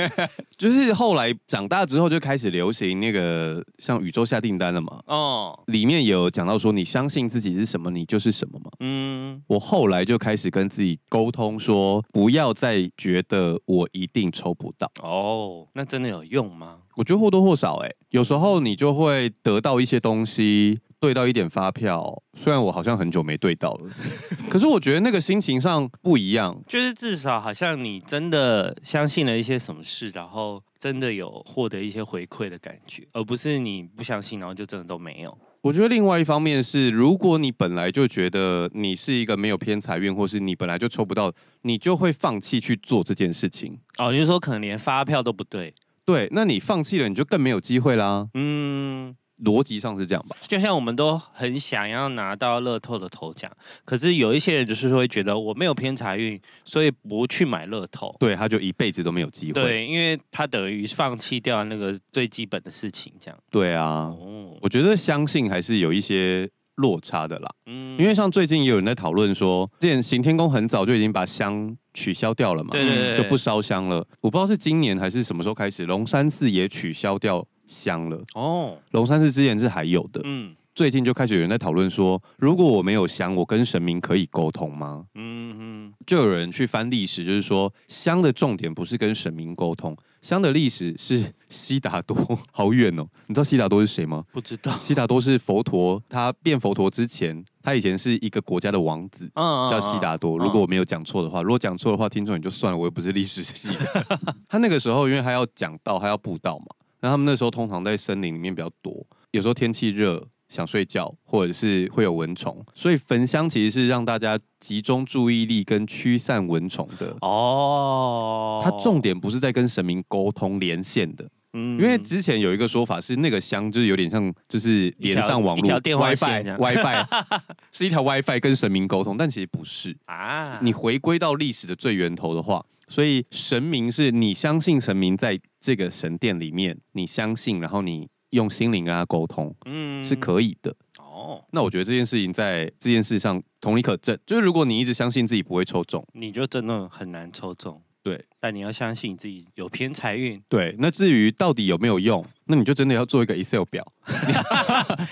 [SPEAKER 3] 就是后来长大之后就开始流行那个像宇宙下订单了嘛，
[SPEAKER 1] 哦，
[SPEAKER 3] 里面有讲到说你相信自己是什么，你就是什么嘛。
[SPEAKER 1] 嗯，
[SPEAKER 3] 我后来就开始跟自己沟通说，不要再觉得我一定抽不到。
[SPEAKER 1] 哦，那真的有用吗？
[SPEAKER 3] 我觉得或多或少、哎，有时候你就会得到一些东西，对到一点发票。虽然我好像很久没对到了， 可是我觉得那个心情上不一样。
[SPEAKER 1] 就是至少好像你真的相信了一些什么事，然后真的有获得一些回馈的感觉，而不是你不相信，然后就真的都没有。
[SPEAKER 3] 我觉得另外一方面是，如果你本来就觉得你是一个没有偏财运，或是你本来就抽不到，你就会放弃去做这件事情。
[SPEAKER 1] 哦，你是说可能连发票都不对？
[SPEAKER 3] 对，那你放弃了，你就更没有机会啦。
[SPEAKER 1] 嗯，
[SPEAKER 3] 逻辑上是这样吧？
[SPEAKER 1] 就像我们都很想要拿到乐透的头奖，可是有一些人就是会觉得我没有偏财运，所以不去买乐透。
[SPEAKER 3] 对，他就一辈子都没有机会。
[SPEAKER 1] 对，因为他等于放弃掉那个最基本的事情，这样。
[SPEAKER 3] 对啊，
[SPEAKER 1] 哦，
[SPEAKER 3] 我觉得相信还是有一些落差的啦。
[SPEAKER 1] 嗯
[SPEAKER 3] 因为像最近也有人在讨论说，之前行天宫很早就已经把香取消掉了嘛，
[SPEAKER 1] 对对对，
[SPEAKER 3] 就不烧香了。我不知道是今年还是什么时候开始，龙山寺也取消掉香了。
[SPEAKER 1] 哦，
[SPEAKER 3] 龙山寺之前是还有的，
[SPEAKER 1] 嗯
[SPEAKER 3] 最近就开始有人在讨论说，如果我没有香，我跟神明可以沟通吗？
[SPEAKER 1] 嗯嗯，
[SPEAKER 3] 就有人去翻历史，就是说香的重点不是跟神明沟通，香的历史是 悉达多，好远哦。你知道悉达多是谁吗？
[SPEAKER 1] 不知道，
[SPEAKER 3] 悉达多是佛陀，他变佛陀之前，他以前是一个国家的王子。
[SPEAKER 1] 嗯
[SPEAKER 3] 叫悉，达
[SPEAKER 1] 嗯
[SPEAKER 3] 多。如果我没有讲错的话，如果讲错的话，听众也就算了，我又不是历史系 的。他那个时候因为他要讲道，他要布道嘛，那他们那时候通常在森林里面比较多，有时候天气热想睡觉，或者是会有蚊虫，所以焚香其实是让大家集中注意力跟驱散蚊虫的。
[SPEAKER 1] 哦，
[SPEAKER 3] 它重点不是在跟神明沟通连线的，
[SPEAKER 1] 嗯，
[SPEAKER 3] 因为之前有一个说法是那个香就是有点像就是连上网
[SPEAKER 1] 一条
[SPEAKER 3] 络
[SPEAKER 1] 一条电话线
[SPEAKER 3] WiFi
[SPEAKER 1] 这样
[SPEAKER 3] WiFi 是一条 WiFi 跟神明沟通，但其实不是。
[SPEAKER 1] 啊，
[SPEAKER 3] 你回归到历史的最源头的话，所以神明是你相信神明在这个神殿里面，你相信，然后你用心灵跟他沟通
[SPEAKER 1] 嗯
[SPEAKER 3] 是可以的。
[SPEAKER 1] 哦，
[SPEAKER 3] 那我觉得这件事情在这件事上同理可证，就是如果你一直相信自己不会抽中，
[SPEAKER 1] 你就真的很难抽中，
[SPEAKER 3] 对，
[SPEAKER 1] 但你要相信自己有偏财运，
[SPEAKER 3] 对，那至于到底有没有用，那你就真的要做一个 Excel 表，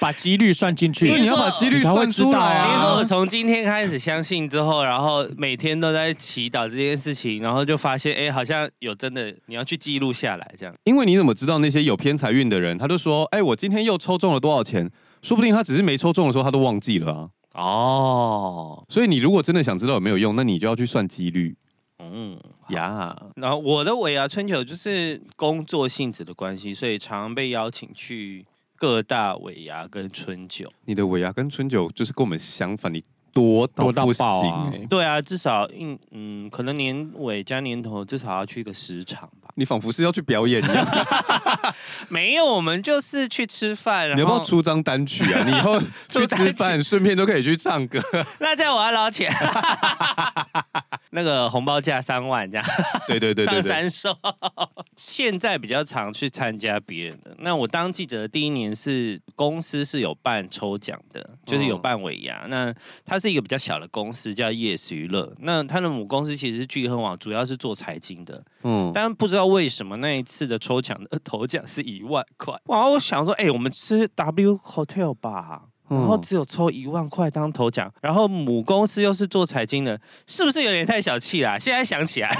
[SPEAKER 2] 把几率算进去，
[SPEAKER 1] 对你要把
[SPEAKER 3] 几率
[SPEAKER 2] 你才会
[SPEAKER 3] 算
[SPEAKER 2] 知
[SPEAKER 3] 出
[SPEAKER 2] 道
[SPEAKER 3] 来啊
[SPEAKER 1] 比
[SPEAKER 3] 你
[SPEAKER 1] 如
[SPEAKER 3] 是
[SPEAKER 1] 说，我
[SPEAKER 2] 啊。
[SPEAKER 1] 从今天开始相信之后，然后每天都在祈祷这件事情，然后就发现，哎、好像有真的，你要去记录下来，这样。
[SPEAKER 3] 因为你怎么知道那些有偏财运的人，他就说，哎、我今天又抽中了多少钱？说不定他只是没抽中的时候，他都忘记了啊。
[SPEAKER 1] 哦，
[SPEAKER 3] 所以你如果真的想知道有没有用，那你就要去算几率
[SPEAKER 1] 嗯。
[SPEAKER 3] 呀。
[SPEAKER 1] 然后我的尾牙春酒就是工作性质的关系，所以常常被邀请去各大尾牙跟春酒。
[SPEAKER 3] 你的尾牙跟春酒就是跟我们相反，你多
[SPEAKER 2] 多到
[SPEAKER 3] 不行
[SPEAKER 2] 爆啊
[SPEAKER 3] 哎、
[SPEAKER 1] 对啊，至少嗯嗯，可能年尾加年头至少要去个十场吧。
[SPEAKER 3] 你仿佛是要去表演一样，
[SPEAKER 1] 没有，我们就是去吃饭。然
[SPEAKER 3] 你要不
[SPEAKER 1] 后
[SPEAKER 3] 要出张单曲啊？你以后去
[SPEAKER 1] 单曲
[SPEAKER 3] 吃饭，顺便都可以去唱歌。
[SPEAKER 1] 那这样我要捞钱。 那个红包价三万这样。
[SPEAKER 3] 对对对对
[SPEAKER 1] 上
[SPEAKER 3] 对，
[SPEAKER 1] 三 手。现在比较常去参加别人的。那我当记者的第一年是公司是有办抽奖的，就是有办尾牙。那它是一个比较小的公司，叫 Yes 娱乐。那它的母公司其实是聚亨网，主要是做财经的。
[SPEAKER 3] 嗯，
[SPEAKER 1] 但不知道为什么那一次的抽奖的头奖是一万块。哇，我想说，哎、我们吃 W Hotel 吧。
[SPEAKER 3] 嗯
[SPEAKER 1] 然后只有抽一万块当头奖，然后母公司又是做财经的，是不是有点太小气啦、现在想起来，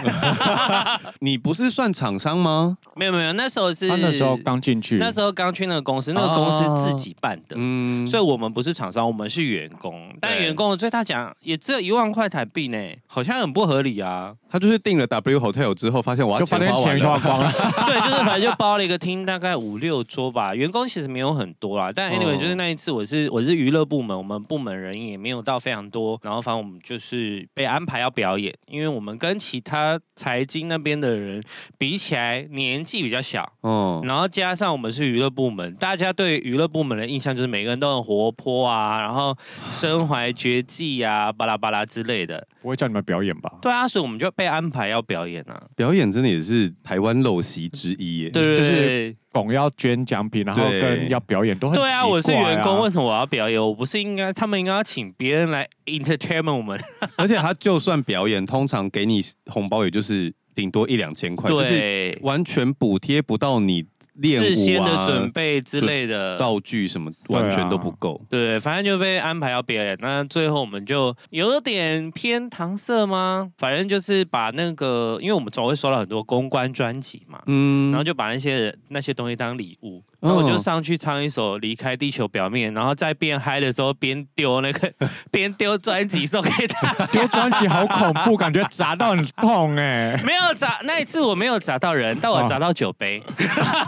[SPEAKER 3] 你不是算厂商吗？
[SPEAKER 1] 没有没有，那时候是
[SPEAKER 2] 他那时候刚进去，
[SPEAKER 1] 那时候刚去那个公司，那个公司自己办的，
[SPEAKER 3] 嗯，
[SPEAKER 1] 所以我们不是厂商，我们是员工。但员工的最大奖也只有一万块台币呢，好像很不合理啊。
[SPEAKER 3] 他就是订了 W Hotel 之后，发现我要
[SPEAKER 2] 就把
[SPEAKER 3] 钱
[SPEAKER 2] 那
[SPEAKER 3] 花
[SPEAKER 2] 钱
[SPEAKER 3] 完
[SPEAKER 2] 花
[SPEAKER 3] 了。
[SPEAKER 2] 光了。
[SPEAKER 1] 对，就是反正就包了一个厅，大概五六桌吧。员工其实没有很多啦，但 anyway
[SPEAKER 3] 哦
[SPEAKER 1] 就是那一次我是我是娱乐部门，我们部门人也没有到非常多，然后反正我们就是被安排要表演，因为我们跟其他财经那边的人比起来年纪比较小，
[SPEAKER 3] 嗯，
[SPEAKER 1] 然后加上我们是娱乐部门，大家对娱乐部门的印象就是每个人都很活泼啊，然后身怀绝技啊，巴拉巴拉之类的。
[SPEAKER 2] 不会叫你们表演吧？
[SPEAKER 1] 对啊，所以我们就被安排要表演啊。
[SPEAKER 3] 表演真的也是台湾陋习之一耶。
[SPEAKER 1] 对对
[SPEAKER 2] 就
[SPEAKER 1] 对
[SPEAKER 2] 是
[SPEAKER 1] 对
[SPEAKER 2] 总要捐奖品，然后
[SPEAKER 3] 对
[SPEAKER 2] 跟要表演都很
[SPEAKER 1] 对
[SPEAKER 2] 奇
[SPEAKER 1] 啊！
[SPEAKER 2] 怪
[SPEAKER 1] 我是员工，为什么我要表演？我不是应该，他们应该要请别人来 entertainment 我们？
[SPEAKER 3] 而且他就算表演，通常给你红包也就是顶多一两千块，哦就是
[SPEAKER 1] 对，
[SPEAKER 3] 完全补贴不到你练舞啊、
[SPEAKER 1] 事先的准备之类的。
[SPEAKER 3] 道具什么，完全都不够。
[SPEAKER 1] 对，啊反正就被安排要表演。那最后我们就有点偏搪塞吗？反正就是把那个，因为我们总会收到很多公关专辑嘛，
[SPEAKER 3] 嗯
[SPEAKER 1] 然后就把那些那些东西当礼物。然后我就上去唱一首《离开地球表面》，然后在变嗨的时候边丢那个 边丢专辑送给他。
[SPEAKER 2] 丢专辑好恐怖，感觉砸到很痛 哎、
[SPEAKER 1] 没有砸那一次我没有砸到人，但我砸到酒杯。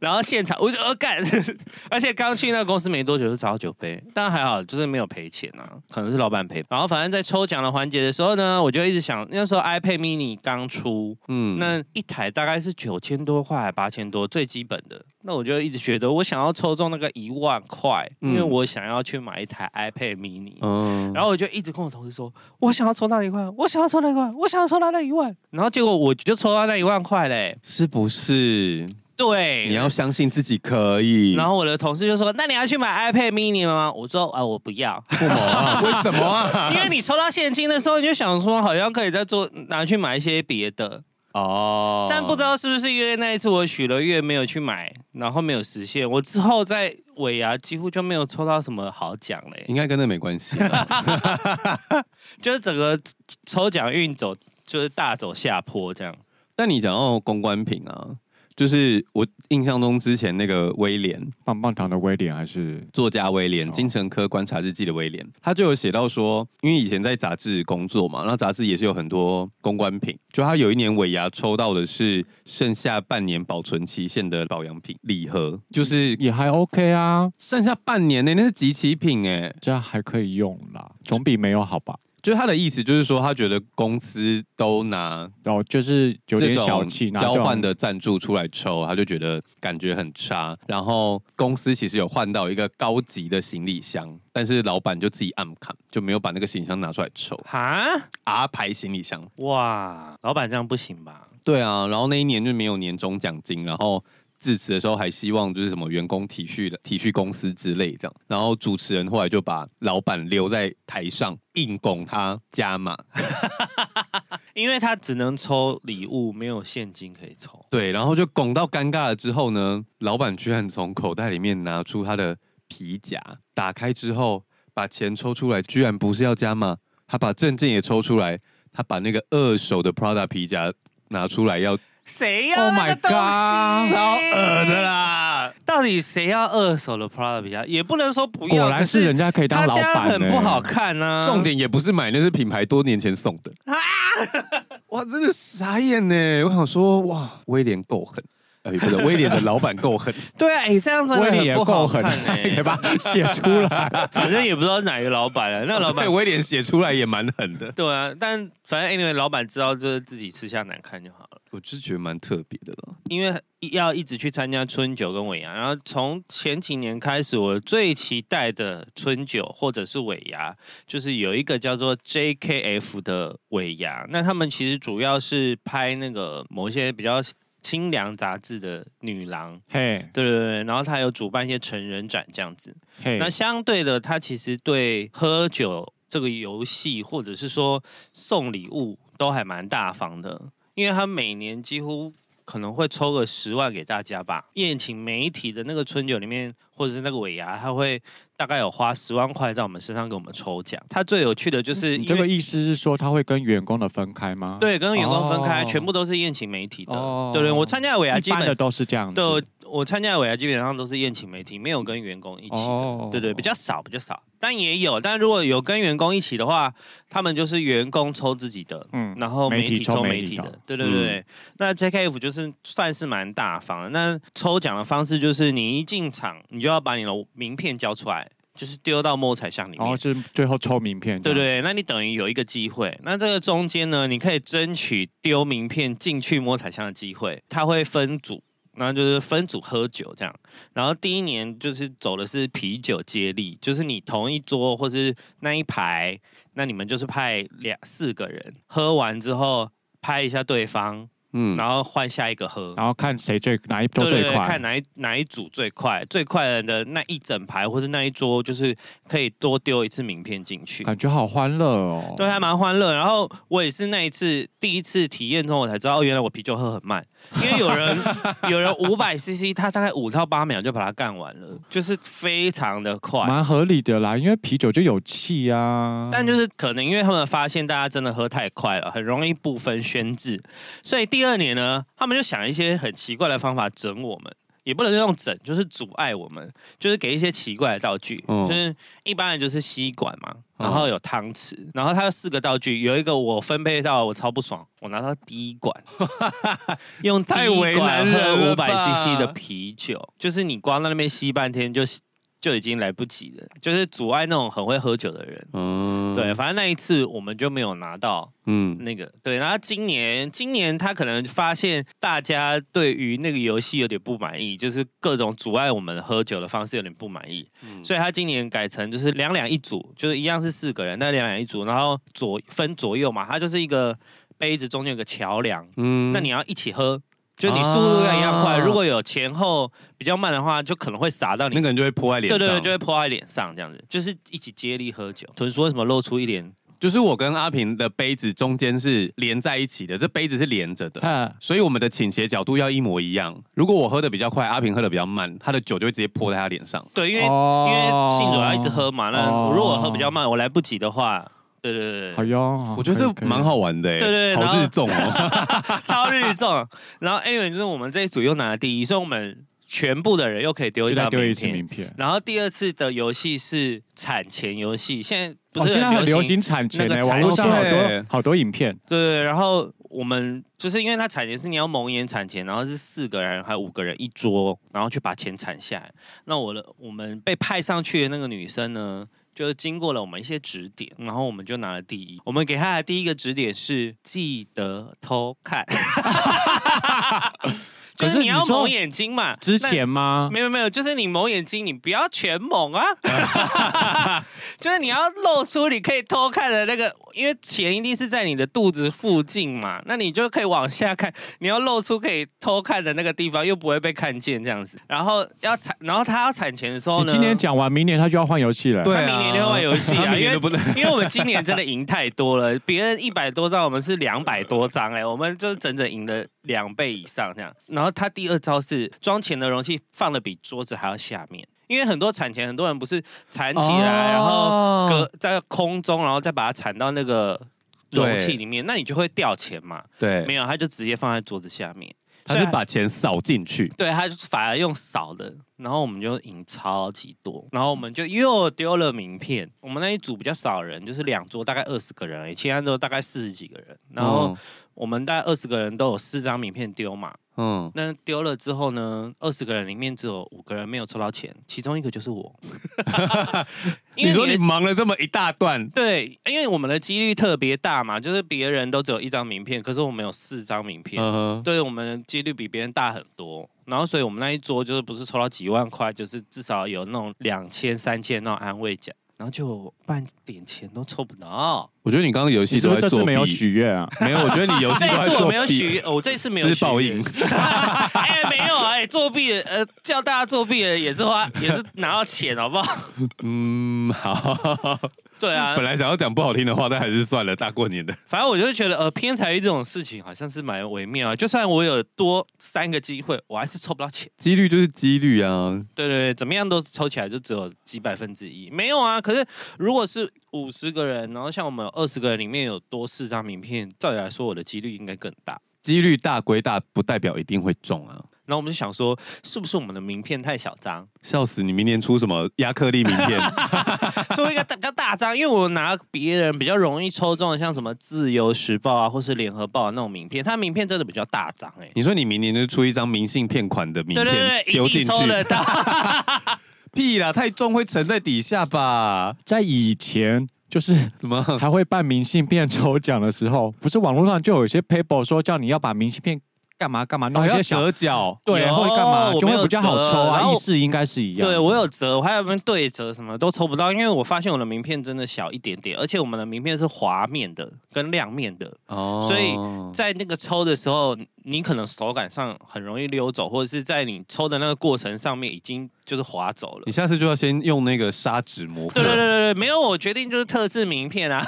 [SPEAKER 1] 然后现场我就呃干， 而且刚去那个公司没多久就砸到酒杯，但还好就是没有赔钱啊，可能是老板赔。然后反正在抽奖的环节的时候呢，我就一直想那时候 iPad mini 刚出，
[SPEAKER 3] 嗯
[SPEAKER 1] 那一台大概是九千多块，八千多，最基本的。那我就一直觉得我想要抽中那个一万块，因为
[SPEAKER 3] 嗯
[SPEAKER 1] 我想要去买一台 iPad mini。
[SPEAKER 3] 嗯
[SPEAKER 1] 然后我就一直跟我同事说，我想要抽到一万，我想要抽到一万，我想要抽到那一万。然后结果我就抽到那一万块嘞。
[SPEAKER 3] 是不是？
[SPEAKER 1] 对，
[SPEAKER 3] 你要相信自己可以。
[SPEAKER 1] 然后我的同事就说：“那你要去买 iPad mini 吗？”我说：“啊，我不要，
[SPEAKER 3] 为什 么啊？为什么啊？
[SPEAKER 1] 因为你抽到现金的时候，你就想说好像可以再做拿去买一些别的，
[SPEAKER 3] 哦，
[SPEAKER 1] 但不知道是不是因为那一次我许了愿没有去买，然后没有实现，我之后在尾牙几乎就没有抽到什么好奖嘞、
[SPEAKER 3] 应该跟那没关系啊啦。
[SPEAKER 1] 就是整个抽奖运走就是大走下坡这样。
[SPEAKER 3] 但你讲到公关品啊，就是我印象中之前那个威廉
[SPEAKER 2] 棒棒糖的威廉还是
[SPEAKER 3] 作家威廉，
[SPEAKER 2] 哦
[SPEAKER 3] 精神科观察日记的威廉，他就有写到说，因为以前在杂志工作嘛，那杂志也是有很多公关品，就他有一年尾牙抽到的是剩下半年保存期限的保养品礼盒，就是
[SPEAKER 2] 也还 OK 啊，
[SPEAKER 3] 剩下半年呢、那是集齐品哎、
[SPEAKER 2] 这样还可以用啦，总比没有好吧？
[SPEAKER 3] 就是他的意思就是说，他觉得公司都拿
[SPEAKER 2] 然后哦就是有
[SPEAKER 3] 这
[SPEAKER 2] 点
[SPEAKER 3] 种
[SPEAKER 2] 小气，拿这
[SPEAKER 3] 交
[SPEAKER 2] 种
[SPEAKER 3] 换的赞助出来抽，他就觉得感觉很差。然后公司其实有换到一个高级的行李箱，但是老板就自己暗砍，就没有把那个行李箱拿出来抽
[SPEAKER 1] 哈，
[SPEAKER 3] ，R 牌行李箱。
[SPEAKER 1] 哇，老板这样不行吧？
[SPEAKER 3] 对啊，然后那一年就没有年终奖金，然后。致辞的时候还希望就是什么员工体恤的体恤公司之类这样，然后主持人后来就把老板留在台上硬拱他加码，
[SPEAKER 1] 因为他只能抽礼物，没有现金可以抽。
[SPEAKER 3] 对，然后就拱到尴尬了之后呢，老板居然从口袋里面拿出他的皮夹，打开之后把钱抽出来，居然不是要加码，他把证件也抽出来，他把那个二手的 Prada 皮夹拿出来要，
[SPEAKER 1] 谁要
[SPEAKER 2] Oh
[SPEAKER 1] 那个
[SPEAKER 2] my
[SPEAKER 1] 东西
[SPEAKER 2] god，
[SPEAKER 3] 超恶的啦！
[SPEAKER 1] 到底谁要二手的 Prada 比较？也不能说不要，
[SPEAKER 2] 果然是人
[SPEAKER 1] 家
[SPEAKER 2] 家可以当
[SPEAKER 1] 他
[SPEAKER 2] 老
[SPEAKER 1] 家
[SPEAKER 2] 板、欸，
[SPEAKER 1] 很不好看啊。
[SPEAKER 3] 重点也不是买，那是品牌多年前送的。 啊！哇，真的傻眼呢！我想说，哇，威廉够狠，哎，不是威廉的老板够狠，
[SPEAKER 1] 对啊，哎、这样真的
[SPEAKER 2] 威廉也
[SPEAKER 1] 很不
[SPEAKER 2] 够
[SPEAKER 1] 好
[SPEAKER 2] 狠欸
[SPEAKER 1] 看 哎、
[SPEAKER 2] 也把它写出 来。
[SPEAKER 1] 反正也不知道哪个老板了、那 个老板
[SPEAKER 3] 被威廉写出来也蛮 狠的。
[SPEAKER 1] 对啊，但反正 anyway，老板知道就是自己吃相难看就好了。
[SPEAKER 3] 我就觉得蛮特别的了。
[SPEAKER 1] 因为要一直去参加春酒跟尾牙，然后从前几年开始，我最期待的春酒或者是尾牙，就是有一个叫做 JKF 的尾牙。那他们其实主要是拍那个某一些比较清凉杂志的女郎，
[SPEAKER 2] 嘿，
[SPEAKER 1] 对对对，然后他有主办一些成人展这样子。
[SPEAKER 2] 嘿，
[SPEAKER 1] 那相对的，他其实对喝酒这个游戏，或者是说送礼物，都还蛮大方的，因为他每年几乎可能会抽个十万给大家吧。宴请媒体的那个春酒里面，或者是那个尾牙，他会大概有花十万块在我们身上给我们抽奖。他最有趣的就是
[SPEAKER 2] 嗯你
[SPEAKER 1] 因
[SPEAKER 2] 这个
[SPEAKER 1] 为。
[SPEAKER 2] 意思是说他会跟员工的分开吗？，
[SPEAKER 1] 对，啊跟员工分开，
[SPEAKER 2] 哦
[SPEAKER 1] 全部都是宴请媒体的。
[SPEAKER 2] 哦
[SPEAKER 1] 对对，我参加的尾牙
[SPEAKER 2] 一
[SPEAKER 1] 基
[SPEAKER 2] 般的
[SPEAKER 1] 本
[SPEAKER 2] 都是这样子。
[SPEAKER 1] 对，我参加的尾牙基本上都是宴请媒体，没有跟员工一起的。
[SPEAKER 2] 哦
[SPEAKER 1] 对对，比较少，比较少，但也有。但如果有跟员工一起的话，他们就是员工抽自己的，
[SPEAKER 2] 嗯
[SPEAKER 1] 然后媒
[SPEAKER 2] 媒体
[SPEAKER 1] 体
[SPEAKER 2] 抽
[SPEAKER 1] 抽
[SPEAKER 2] 媒
[SPEAKER 1] 媒
[SPEAKER 2] 体嗯
[SPEAKER 1] 体
[SPEAKER 2] 的
[SPEAKER 1] 的。对对对，那 JKF 就是算是蛮大方的。那抽奖的方式就是你一进场，你就要把你的名片交出来，就是丢到摸彩箱里
[SPEAKER 2] 然
[SPEAKER 1] 面。
[SPEAKER 2] 后哦是最后抽名片。
[SPEAKER 1] 对，对，那你等于有一个机会。那这个中间呢，你可以争取丢名片进去摸彩箱的机会。它会分组，然后就是分组喝酒这样。然后第一年就是走的是啤酒接力，就是你同一桌或是那一排，那你们就是派两四个人，喝完之后拍一下对方，
[SPEAKER 3] 嗯
[SPEAKER 1] 然后换下一个喝。
[SPEAKER 2] 然后看谁最哪一周
[SPEAKER 1] 对对
[SPEAKER 2] 最
[SPEAKER 1] 对，
[SPEAKER 2] 快。
[SPEAKER 1] 看哪一哪一组最快，最快的那一整排或是那一桌，就是可以多丢一次名片进去。
[SPEAKER 2] 感觉好欢乐哦。
[SPEAKER 1] 对，还蛮欢乐。然后我也是那一次第一次体验中，我才知道哦原来我啤酒喝很慢，因为有人有人五百 CC，他大概五到八秒就把它干完了，就是非常的快。
[SPEAKER 2] 蛮合理的啦，因为啤酒就有气啊。
[SPEAKER 1] 但就是可能因为他们发现大家真的喝太快了，很容易不分轩制，所以第二年呢，他们就想一些很奇怪的方法整我们。也不能用整，就是阻碍我们，就是给一些奇怪的道具，
[SPEAKER 3] 嗯
[SPEAKER 1] 就是一般人就是吸管嘛，
[SPEAKER 3] 嗯
[SPEAKER 1] 然后有汤匙，然后它有四个道具，有一个我分配到我超不爽，我拿到第一 管，用第
[SPEAKER 3] 太
[SPEAKER 1] 一
[SPEAKER 3] 为难
[SPEAKER 1] 管
[SPEAKER 3] 人
[SPEAKER 1] 喝
[SPEAKER 3] 了
[SPEAKER 1] 五百
[SPEAKER 3] 吧
[SPEAKER 1] CC 的啤酒，就是你光在那边吸半天就就已经来不及了，就是阻碍那种很会喝酒的人。
[SPEAKER 3] 嗯
[SPEAKER 1] 对，，反正那一次我们就没有拿到
[SPEAKER 3] 嗯，
[SPEAKER 1] 那个。对，然后今年今年他可能发现大家对于那个游戏有点不满意，就是各种阻碍我们喝酒的方式有点不满意，
[SPEAKER 3] 嗯
[SPEAKER 1] 所以他今年改成就是两两一组，就是一样是四个人，但两两一组，然后左分左右嘛，它就是一个杯子中间有个桥梁，
[SPEAKER 3] 嗯
[SPEAKER 1] 那你要一起喝。就你速度要一样快。
[SPEAKER 3] 啊
[SPEAKER 1] 如果有前后比较慢的话，就可能会洒到你
[SPEAKER 3] 那个人就会泼在脸
[SPEAKER 1] 对
[SPEAKER 3] 上。
[SPEAKER 1] 对对，就会泼在脸上，这样子就是一起接力喝酒。屯说什么露出一脸，
[SPEAKER 3] 就是我跟阿平的杯子中间是连在一起的，这杯子是连着的，
[SPEAKER 2] 哈，
[SPEAKER 3] 所以我们的倾斜角度要一模一样。如果我喝的比较快，阿平喝的比较慢，他的酒就会直接泼在他脸上。
[SPEAKER 1] 对，因为、
[SPEAKER 2] 哦
[SPEAKER 1] 因为信酒要一直喝嘛，那
[SPEAKER 2] 哦
[SPEAKER 1] 如果我喝比较慢，我来不及的话，对对对
[SPEAKER 2] 好
[SPEAKER 1] 对，
[SPEAKER 2] 哟，
[SPEAKER 3] 我觉得
[SPEAKER 2] 哎可以可
[SPEAKER 3] 这
[SPEAKER 2] 以
[SPEAKER 3] 蛮好玩的、欸，
[SPEAKER 1] 对对对然
[SPEAKER 3] 好
[SPEAKER 1] 后
[SPEAKER 3] 日 重哦、
[SPEAKER 1] 超日中。然后 anyway 就是我们这一组又拿了第一，所以我们全部的人又可以丢一
[SPEAKER 2] 就再
[SPEAKER 1] 张
[SPEAKER 2] 丢一
[SPEAKER 1] 名
[SPEAKER 2] 次
[SPEAKER 1] 片。
[SPEAKER 2] 名片。
[SPEAKER 1] 然后第二次的游戏是产前游戏，现在不
[SPEAKER 2] 哦，
[SPEAKER 1] 是
[SPEAKER 2] 现在很流
[SPEAKER 1] 流
[SPEAKER 2] 行产前
[SPEAKER 1] 那
[SPEAKER 2] 呢，
[SPEAKER 1] 个
[SPEAKER 2] 网络上
[SPEAKER 3] 产
[SPEAKER 2] 好
[SPEAKER 3] 前对
[SPEAKER 2] 多好多影片，
[SPEAKER 1] 对对，对然后我们就是因为它产前是你要蒙眼产前，然后是四个人还有五个人一桌，然后去把钱产下来。那我的我们被派上去的那个女生呢，就是经过了我们一些指点，然后我们就拿了第一。我们给她的第一个指点是记得偷看， 就
[SPEAKER 2] 可
[SPEAKER 1] 是
[SPEAKER 2] 是
[SPEAKER 1] 你要
[SPEAKER 2] 你说
[SPEAKER 1] 蒙眼睛嘛，
[SPEAKER 2] 之
[SPEAKER 1] 那
[SPEAKER 2] 前吗？
[SPEAKER 1] 没有没有，就是你蒙眼睛，你不要全蒙啊， 就是你要露出你可以偷看的那个，因为钱一定是在你的肚子附近嘛，那你就可以往下看，你要露出可以偷看的那个地方，又不会被看见这样子。然后要产，然后他要产钱的时候
[SPEAKER 2] 你
[SPEAKER 1] 呢，
[SPEAKER 2] 今年讲完，明年他就要换游戏了。
[SPEAKER 3] 对
[SPEAKER 1] 他明年就玩游戏
[SPEAKER 3] 他
[SPEAKER 1] 啊，
[SPEAKER 3] 明
[SPEAKER 1] 因
[SPEAKER 3] 年
[SPEAKER 1] 为
[SPEAKER 3] 都不能
[SPEAKER 1] 因为我们今年真的赢太多了，别人一百多张，我们是两百多张，哎，我们就是整整赢了两倍以上这样。然后他第二招是装钱的容器放的比桌子还要下面，因为很多产钱，很多人不是缠起
[SPEAKER 2] 哦
[SPEAKER 1] 来，然后
[SPEAKER 3] 后
[SPEAKER 1] 隔在空中，然后再把它缠到那个容器
[SPEAKER 3] 对
[SPEAKER 1] 里面，那你就会掉钱嘛。 没
[SPEAKER 3] 对，
[SPEAKER 1] 有，他就直接放在桌子下面。
[SPEAKER 3] 他是把钱扫进去，
[SPEAKER 1] 对，他就反而用扫的，然后我们就赢超级多，然后我们就又丢了名片。我们那一组比较少人，就是两桌大概二十个人而已，其他桌大概四十几个人。然后我们大概二十个人都有四张名片丢嘛，
[SPEAKER 3] 嗯，
[SPEAKER 1] 那丢了之后呢，二十个人里面只有五个人没有抽到钱，其中一个就是 我。因为
[SPEAKER 3] 你说
[SPEAKER 1] 的
[SPEAKER 3] 你忙了这么一大段，
[SPEAKER 1] 对，因为我们的几率特别大嘛，就是别人都只有一张名片，可是我们有四张名片。
[SPEAKER 3] 嗯哼，
[SPEAKER 1] 对我们的几率比别人大很多。然后，所以我们那一桌就是不是抽到几万块，就是至少有那种两千、三千那种安慰奖，然后就半点钱都抽不到。
[SPEAKER 3] 我觉得你刚刚游
[SPEAKER 2] 你
[SPEAKER 3] 戏
[SPEAKER 2] 是
[SPEAKER 3] 都
[SPEAKER 2] 不
[SPEAKER 3] 在
[SPEAKER 2] 是这
[SPEAKER 3] 作
[SPEAKER 2] 次
[SPEAKER 3] 弊
[SPEAKER 2] 没有许愿啊？
[SPEAKER 3] 没有，我觉得你游戏
[SPEAKER 1] 这一
[SPEAKER 3] 都在
[SPEAKER 1] 次我
[SPEAKER 3] 作
[SPEAKER 1] 没有许
[SPEAKER 3] 弊
[SPEAKER 1] 愿，，我这一次没有
[SPEAKER 3] 这
[SPEAKER 1] 许
[SPEAKER 3] 是报应。
[SPEAKER 1] 哎、没有啊，哎、作弊的，呃，叫大家作弊的也是花，也是拿到钱，好不好？
[SPEAKER 3] 嗯， 好。
[SPEAKER 1] 对 啊
[SPEAKER 3] 本，来想要讲不好听的话，但还是算了，大过年的。
[SPEAKER 1] 反正我就觉得，呃，偏财运这种事情好像是蛮微妙啊。就算我有多三个机会，我还是抽不到钱。
[SPEAKER 3] 几率就是几率啊，
[SPEAKER 1] 对对对，怎么样都抽起来就只有几百分之一，没有啊。可是如果是五十个人，然后像我们二十个人里面有多四张名片，照理来说我的几率应该更大。
[SPEAKER 3] 几率大归大，不代表一定会中啊。
[SPEAKER 1] 然后我们就想说，是不是我们的名片太小张，
[SPEAKER 3] 笑死！你明年出什么亚克力名 片？
[SPEAKER 1] 做一个大比较大张？因为我拿别人比较容易抽中的，像什么《自由时报》啊，或是《联合报》那种名片，它名片真的比较大张哎、
[SPEAKER 3] 你说你明年就出一张明信片款的名
[SPEAKER 1] 对对对
[SPEAKER 3] 片，
[SPEAKER 1] 对，
[SPEAKER 3] 丢
[SPEAKER 1] 一
[SPEAKER 3] 进
[SPEAKER 1] 定抽得
[SPEAKER 3] 去？
[SPEAKER 1] 到。
[SPEAKER 3] 屁啦，太重会沉在底下吧？
[SPEAKER 2] 在以前就是
[SPEAKER 1] 嗯
[SPEAKER 3] 怎么？
[SPEAKER 2] 还会办明信片抽奖的时候，不是网络上就有一些 paper 说叫你要把明信片干嘛干嘛弄
[SPEAKER 3] 还
[SPEAKER 2] 一
[SPEAKER 3] 要
[SPEAKER 2] 些小。
[SPEAKER 3] 折角？
[SPEAKER 2] 对，
[SPEAKER 1] 有啊
[SPEAKER 2] 会干嘛
[SPEAKER 1] 我
[SPEAKER 2] 就
[SPEAKER 1] 没有
[SPEAKER 2] 会比较好
[SPEAKER 1] 折
[SPEAKER 2] 抽
[SPEAKER 1] 然
[SPEAKER 2] 啊，
[SPEAKER 1] 后
[SPEAKER 2] 意识应 该是一样的。
[SPEAKER 1] 对我有折，我还有跟对折，什么都抽不到，因为我发现我的名片真的小一点点，而且我们的名片是滑面的跟亮面的，
[SPEAKER 3] 哦
[SPEAKER 1] 所以在那个抽的时候，你可能手感上很容易溜走，或者是在你抽的那个过程上面已经就是滑走了
[SPEAKER 2] 啊
[SPEAKER 3] 你。下次就要先用那个砂纸磨破。
[SPEAKER 1] 对对对对对，没有我决定就是特制名片 啊，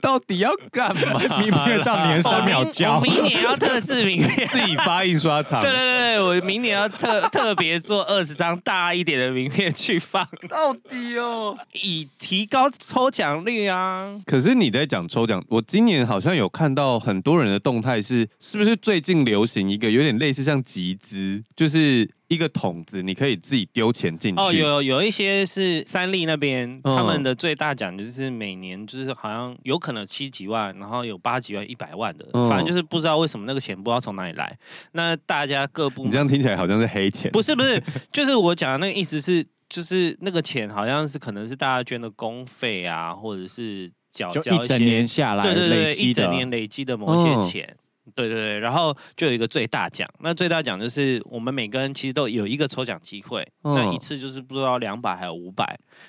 [SPEAKER 3] 到底要干 嘛？
[SPEAKER 2] 明片上连
[SPEAKER 1] 我
[SPEAKER 2] 三
[SPEAKER 1] 明
[SPEAKER 2] 秒
[SPEAKER 1] 我
[SPEAKER 2] 胶，
[SPEAKER 1] 明年要特制名 片。
[SPEAKER 3] 自己发印刷厂
[SPEAKER 1] 对对对对，我明年要特 特别做二十张大一点的名片去放，
[SPEAKER 3] 到底哦。
[SPEAKER 1] 以提高抽奖率啊。
[SPEAKER 3] 可是你在讲抽奖，我今年好像有看到很多人的动态是，是不是最近流行一个有点类似像集资，就是一个桶子，你可以自己丢钱进去。
[SPEAKER 1] 哦，有有一些是三立那边，
[SPEAKER 3] 嗯
[SPEAKER 1] 他们的最大奖就是每年就是好像有可能七几万，然后有八几万、一百万的，
[SPEAKER 3] 嗯
[SPEAKER 1] 反正就是不知道为什么那个钱不知道从哪里来。那大家各部
[SPEAKER 3] 你这
[SPEAKER 1] 门
[SPEAKER 3] 样听起来好像是黑钱。
[SPEAKER 1] 不是不是，就是我讲的那个意思是，就是那个钱好像是可能是大家捐的公费啊，或者是缴
[SPEAKER 2] 就
[SPEAKER 1] 交
[SPEAKER 2] 一整
[SPEAKER 1] 些
[SPEAKER 2] 年下来
[SPEAKER 1] 对对
[SPEAKER 2] 累
[SPEAKER 1] 对，一
[SPEAKER 2] 积
[SPEAKER 1] 整
[SPEAKER 2] 的。
[SPEAKER 1] 年累积的某一些
[SPEAKER 3] 嗯
[SPEAKER 1] 钱。对对对，然后就有一个最大奖，那最大奖就是我们每个人其实都有一个抽奖机会，那一
[SPEAKER 3] 嗯
[SPEAKER 1] 次就是不知道两百还有五百，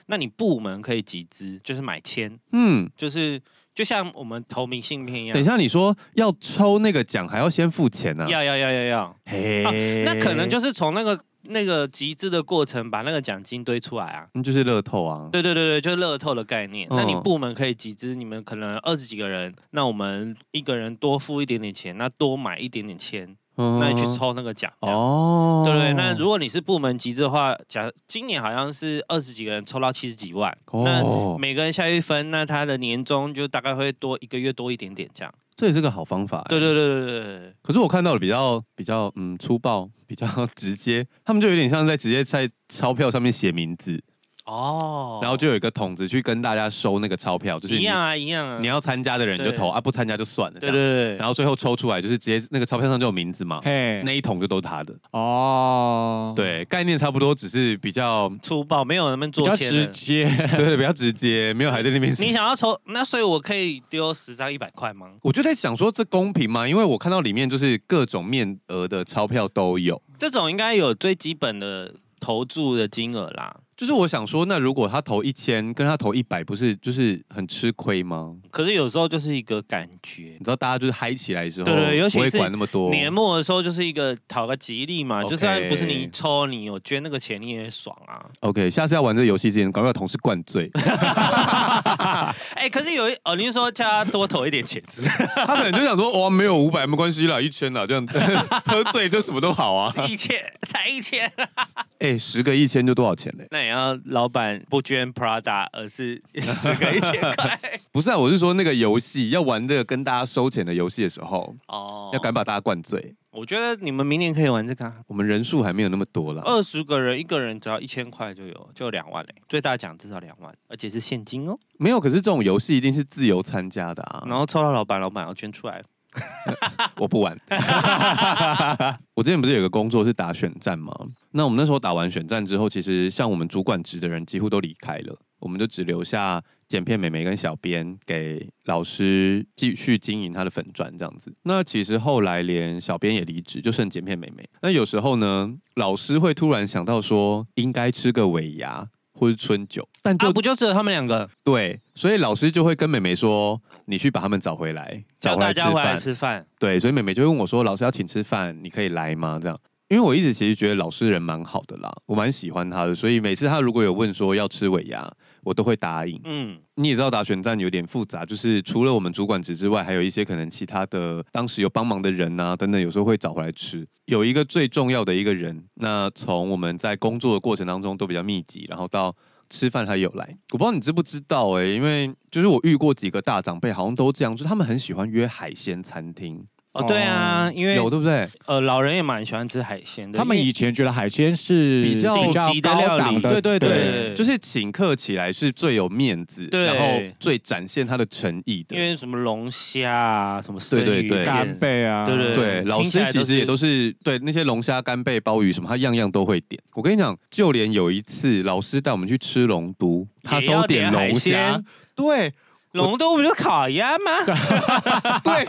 [SPEAKER 1] 那你部门可以集资，就是买签，
[SPEAKER 3] 嗯，
[SPEAKER 1] 就是就像我们投明信片一样
[SPEAKER 3] 等一。下，你说要抽那个奖，还要先付钱呢、啊？
[SPEAKER 1] 要要要要要，
[SPEAKER 3] 嘿、
[SPEAKER 1] 啊那可能就是从那个那个集资的过程，把那个奖金堆出来啊。
[SPEAKER 3] 那就是乐透啊。
[SPEAKER 1] 对对对对，就是乐透的概念。
[SPEAKER 3] 嗯
[SPEAKER 1] 那你部门可以集资，你们可能二十几个人，那我们一个人多付一点点钱，那多买一点点签，
[SPEAKER 3] 嗯
[SPEAKER 1] 那你去抽那个奖，这样
[SPEAKER 3] 哦，
[SPEAKER 1] 对不对？那如果你是部门集资的话，假今年好像是二十几个人抽到七十几万，
[SPEAKER 3] 哦
[SPEAKER 1] 那每个人下一分，那他的年终就大概会多一个月多一点点这样。
[SPEAKER 3] 这也是个好方法、
[SPEAKER 1] 对对对对对对，
[SPEAKER 3] 可是我看到的比较比较嗯粗暴，比较直接，他们就有点像在直接在钞票上面写名字，
[SPEAKER 1] 哦，
[SPEAKER 3] 然后就有一个桶子去跟大家收那个钞票，就是
[SPEAKER 1] 一
[SPEAKER 3] 你
[SPEAKER 1] 样啊一样啊，
[SPEAKER 3] 你要参加的人你就
[SPEAKER 1] 对
[SPEAKER 3] 投啊，不参加就算了。
[SPEAKER 1] 对对
[SPEAKER 3] 这样
[SPEAKER 1] 对，
[SPEAKER 3] 然后最后抽出来就是直接那个钞票上就有名字嘛，
[SPEAKER 2] 嘿
[SPEAKER 3] 那，一桶就都是他的。
[SPEAKER 2] 哦，，
[SPEAKER 3] 对，概念差不多，只是比较
[SPEAKER 1] 粗暴，没有那么
[SPEAKER 2] 比
[SPEAKER 1] 做
[SPEAKER 2] 较
[SPEAKER 1] 切
[SPEAKER 2] 直
[SPEAKER 1] 的。
[SPEAKER 2] 接，
[SPEAKER 3] 对对比较直接，没有还在那边。
[SPEAKER 1] 你想要抽，那所以我可以丢十张一百块吗？
[SPEAKER 3] 我就在想说这公平吗？因为我看到里面就是各种面额的钞票都有。
[SPEAKER 1] 这种应该有最基本的投注的金额啦。
[SPEAKER 3] 就是我想说，那如果他投一千，跟他投一百，不是就是很吃亏吗？
[SPEAKER 1] 可是有时候就是一个感觉
[SPEAKER 3] 你，知道大家就是嗨起来之后，
[SPEAKER 1] 对对尤其
[SPEAKER 3] 不会
[SPEAKER 1] 是
[SPEAKER 3] 管那么多。
[SPEAKER 1] 年末的时候就是一个讨个吉利嘛
[SPEAKER 3] OK
[SPEAKER 1] 就算不是你抽，你有捐那个钱你也爽啊。
[SPEAKER 3] OK，下次要玩这个游戏之前，赶快把同事灌醉。
[SPEAKER 1] 哎、可是有一哦，你是说叫他多投一点钱是不
[SPEAKER 3] 他可能就想说，哇，没有五百没关系啦，一千啦，这样 喝醉就什么都好啊。
[SPEAKER 1] 是 一千才一千，
[SPEAKER 3] 哎、十个一千就多少钱嘞？
[SPEAKER 1] 那也要老板不捐 Prada，而是十个一千块
[SPEAKER 3] 不是啊，我是说那个游戏要玩这个跟大家收钱的游戏的时候，
[SPEAKER 1] 哦。
[SPEAKER 3] 要敢把大家灌醉。
[SPEAKER 1] 我觉得你们明年可以玩这个、啊。
[SPEAKER 3] 我们人数还没有那么多啦。
[SPEAKER 1] 二十个人，一个人只要一千块就有，就两万嘞，最大奖至少两万，而且是现金哦。
[SPEAKER 3] 没有，可是这种游戏一定是自由参加的啊。
[SPEAKER 1] 然后抽到老板，老板要捐出来。
[SPEAKER 3] 我不玩。 我之前不是有个工作是打选战吗？那我们那时候打完选战之后，其实像我们主管职的人几乎都离开了，我们就只留下剪片美眉跟小编给老师继续经营他的粉钻这样子。那其实后来连小编也离职，就剩剪片美眉。那有时候呢，老师会突然想到说应该吃个尾牙或是春酒，但就、
[SPEAKER 1] 啊，不就只有他们两个
[SPEAKER 3] 对，所以老师就会跟美眉说：“你去把他们找回来，
[SPEAKER 1] 叫
[SPEAKER 3] 找回
[SPEAKER 1] 大
[SPEAKER 3] 来吃
[SPEAKER 1] 家回来
[SPEAKER 3] 饭。”
[SPEAKER 1] 吃饭？
[SPEAKER 3] 对，所以妹妹就问我说：“老师要请吃饭，你可以来吗？”这样，因为我一直其实觉得老师人蛮好的啦，我蛮喜欢他的，所以每次他如果有问说要吃尾牙，我都会答应。
[SPEAKER 1] 嗯，
[SPEAKER 3] 你也知道打选战有点复杂，就是除了我们主管职之外，还有一些可能其他的当时有帮忙的人啊等等，有时候会找回来吃。有一个最重要的一个人，那从我们在工作的过程当中都比较密集，然后到吃饭还有来，我不知道你知不知道哎、因为就是我遇过几个大长辈，好像都这样，就是他们很喜欢约海鲜餐厅。
[SPEAKER 1] 哦，对啊，因为
[SPEAKER 3] 有对不对？
[SPEAKER 1] 呃，老人也蛮喜欢吃海鲜的。
[SPEAKER 2] 他们
[SPEAKER 1] 因为
[SPEAKER 2] 以前觉得海鲜是
[SPEAKER 3] 比较
[SPEAKER 1] 顶级的料
[SPEAKER 2] 高
[SPEAKER 1] 理
[SPEAKER 2] 档的，
[SPEAKER 3] 对呃对对，
[SPEAKER 1] 对
[SPEAKER 3] 就是请客起来是最有面子，
[SPEAKER 1] 对
[SPEAKER 3] 然后最展现他的诚意
[SPEAKER 1] 因
[SPEAKER 3] 的。
[SPEAKER 1] 为什么龙虾啊，什么生
[SPEAKER 3] 对
[SPEAKER 1] 鱼
[SPEAKER 3] 对对
[SPEAKER 2] 干
[SPEAKER 1] 片，
[SPEAKER 2] 贝啊，
[SPEAKER 1] 对对
[SPEAKER 3] 对，老
[SPEAKER 1] 听起
[SPEAKER 3] 师
[SPEAKER 1] 来都
[SPEAKER 3] 其实也
[SPEAKER 1] 是
[SPEAKER 3] 都是对那些龙虾、干贝、鲍鱼什么，他样样都会点。我跟你讲，就连有一次老师带我们去吃龙都，他
[SPEAKER 1] 也要
[SPEAKER 3] 都点
[SPEAKER 1] 海
[SPEAKER 3] 龙虾
[SPEAKER 1] 鲜。。
[SPEAKER 3] 对
[SPEAKER 1] 龙都不就烤鸭吗？
[SPEAKER 3] 对，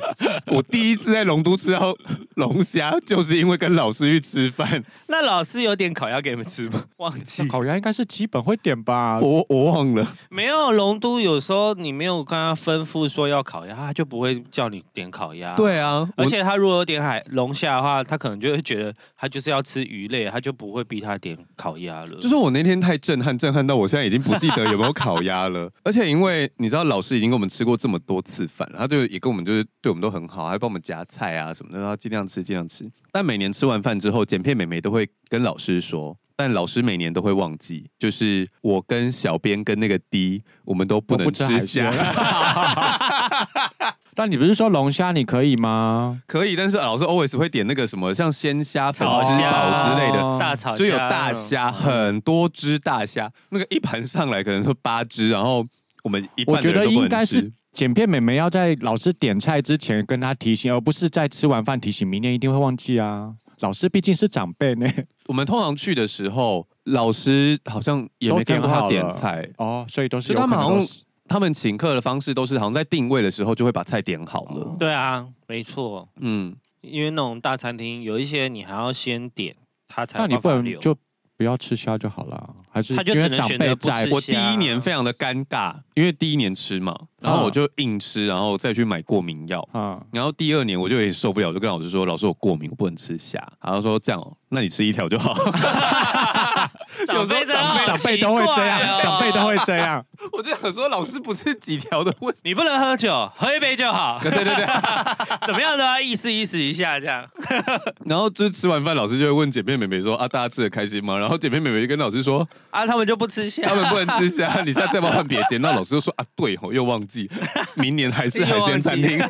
[SPEAKER 3] 我第一次在龙都吃到龙虾，就是因为跟老师去吃饭，
[SPEAKER 1] 那老师有点烤鸭给你们吃吗？ 忘记
[SPEAKER 2] 那烤鸭应该是基本会点吧？
[SPEAKER 3] 我我忘了。
[SPEAKER 1] 没有龙都，有时候你没有跟他吩咐说要烤鸭，他就不会叫你点烤鸭。，
[SPEAKER 3] 对啊，
[SPEAKER 1] 而且他如果有点海龙虾的话，他可能就会觉得他就是要吃鱼类，他就不会逼他点烤鸭了。
[SPEAKER 3] 就是我那天太震撼，震撼到我现在已经不记得有没有烤鸭了。 而且因为你知道，老师已经跟我们吃过这么多次饭了，他就也跟我们就是对我们都很好，还帮我们夹菜啊什么的，然后尽量吃尽量吃。但每年吃完饭之后，剪片美眉都会跟老师说。但老师每年都会忘记，就是我跟小编跟那个 D，我们都不
[SPEAKER 2] 我
[SPEAKER 3] 能
[SPEAKER 2] 不吃海
[SPEAKER 3] 吃虾
[SPEAKER 2] 鲜。。 但你不是说龙虾你可以吗？
[SPEAKER 3] 可以，但是老师 always 会点那个什么，像鲜虾、粉
[SPEAKER 1] 炒
[SPEAKER 3] 丝
[SPEAKER 1] 虾
[SPEAKER 3] 煲之类的，
[SPEAKER 2] 哦
[SPEAKER 1] 大炒虾
[SPEAKER 3] 就有大虾，很多只大虾，那个一盘上来可能说八只，然后我们一
[SPEAKER 2] 我
[SPEAKER 3] 半的
[SPEAKER 2] 觉得
[SPEAKER 3] 人都不
[SPEAKER 2] 应该
[SPEAKER 3] 能
[SPEAKER 2] 是
[SPEAKER 3] 吃。
[SPEAKER 2] 剪片美眉要在老师点菜之前跟他提醒，而不是在吃完饭提醒，明天一定会忘记啊。老师毕竟是长辈呢。
[SPEAKER 3] 我们通常去的时候，老师好像也没看过他
[SPEAKER 2] 都点好
[SPEAKER 3] 点
[SPEAKER 2] 了
[SPEAKER 3] 菜，
[SPEAKER 2] 哦，所以都是
[SPEAKER 3] 就
[SPEAKER 2] 有
[SPEAKER 3] 他
[SPEAKER 2] 可
[SPEAKER 3] 们
[SPEAKER 2] 能
[SPEAKER 3] 好
[SPEAKER 2] 都
[SPEAKER 3] 像
[SPEAKER 2] 是
[SPEAKER 3] 他们请客的方式都是好像在定位的时候就会把菜点好了。
[SPEAKER 2] 哦
[SPEAKER 1] 对啊，没错，
[SPEAKER 3] 嗯，
[SPEAKER 1] 因为那种大餐厅有一些你还要先点，他才
[SPEAKER 2] 那你
[SPEAKER 1] 有
[SPEAKER 2] 不
[SPEAKER 1] 办法
[SPEAKER 2] 能
[SPEAKER 1] 留
[SPEAKER 2] 就不要吃虾就好了，还是
[SPEAKER 1] 他就
[SPEAKER 2] 因为
[SPEAKER 1] 只能
[SPEAKER 2] 长
[SPEAKER 1] 选
[SPEAKER 2] 辈
[SPEAKER 1] 择不
[SPEAKER 2] 在
[SPEAKER 1] 吃
[SPEAKER 2] 我
[SPEAKER 3] 我第一年非常的尴尬，因为第一年吃嘛，然后我就硬吃，然后再去买过敏药。
[SPEAKER 2] 啊，
[SPEAKER 3] 然后第二年我就有点受不了，我就跟老师说：“老师，我过敏，我不能吃虾。”然后说：“这样哦，那你吃一条就好。
[SPEAKER 1] 长
[SPEAKER 3] 有时候
[SPEAKER 1] 辈真的
[SPEAKER 3] 长
[SPEAKER 1] 好
[SPEAKER 2] 长辈都会
[SPEAKER 1] 奇怪
[SPEAKER 2] 这样，
[SPEAKER 1] 哦
[SPEAKER 2] 长辈都会 这样。”
[SPEAKER 3] 我就想说，老师不是几条的问题。
[SPEAKER 1] 你不能喝酒，喝一杯就好。对对对， 怎么样都要意思意思一下，这样。
[SPEAKER 3] 然后就是吃完饭，老师就会问姐妹妹妹说：“啊，大家吃的开心吗？”然后姐妹妹妹就跟老师说
[SPEAKER 1] 啊，他们就不吃：“虾
[SPEAKER 3] 他，们不能吃虾，你下次要不要换别间？”那老师就说：“啊，对哦，又忘记，明年还是海鲜餐厅
[SPEAKER 1] 又。”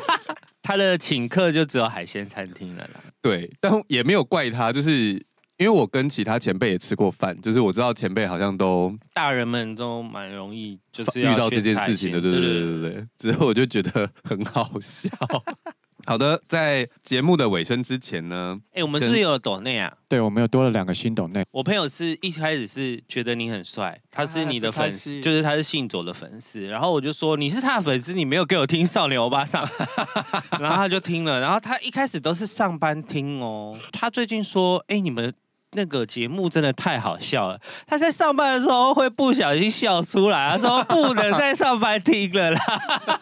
[SPEAKER 1] 他的请客就只有海鲜餐厅了啦。
[SPEAKER 3] 对，但也没有怪他，就是因为我跟其他前辈也吃过饭，就是我知道前辈好像都
[SPEAKER 1] 大人们都蛮容易就是
[SPEAKER 3] 遇
[SPEAKER 1] 要
[SPEAKER 3] 到这
[SPEAKER 1] 去
[SPEAKER 3] 件
[SPEAKER 1] 踩
[SPEAKER 3] 事情的，
[SPEAKER 1] 线
[SPEAKER 3] 对
[SPEAKER 1] 对
[SPEAKER 3] 对对对对。之后我就觉得很好笑。好的，在节目的尾声之前呢，
[SPEAKER 1] 哎、我们是不是有了抖内啊？
[SPEAKER 2] 对，我们又多了两个新斗内，
[SPEAKER 1] 我朋友是一开始是觉得你很帅，他是你的粉丝，
[SPEAKER 3] 啊他是
[SPEAKER 1] 就是他是信左的粉丝。然后我就说你是他的粉丝，你没有给我听少年欧巴桑， 然后他就听了。然后他一开始都是上班听哦。他最近说，哎、你们。那个节目真的太好笑了，他在上班的时候会不小心笑出来，他说不能再上班听了啦。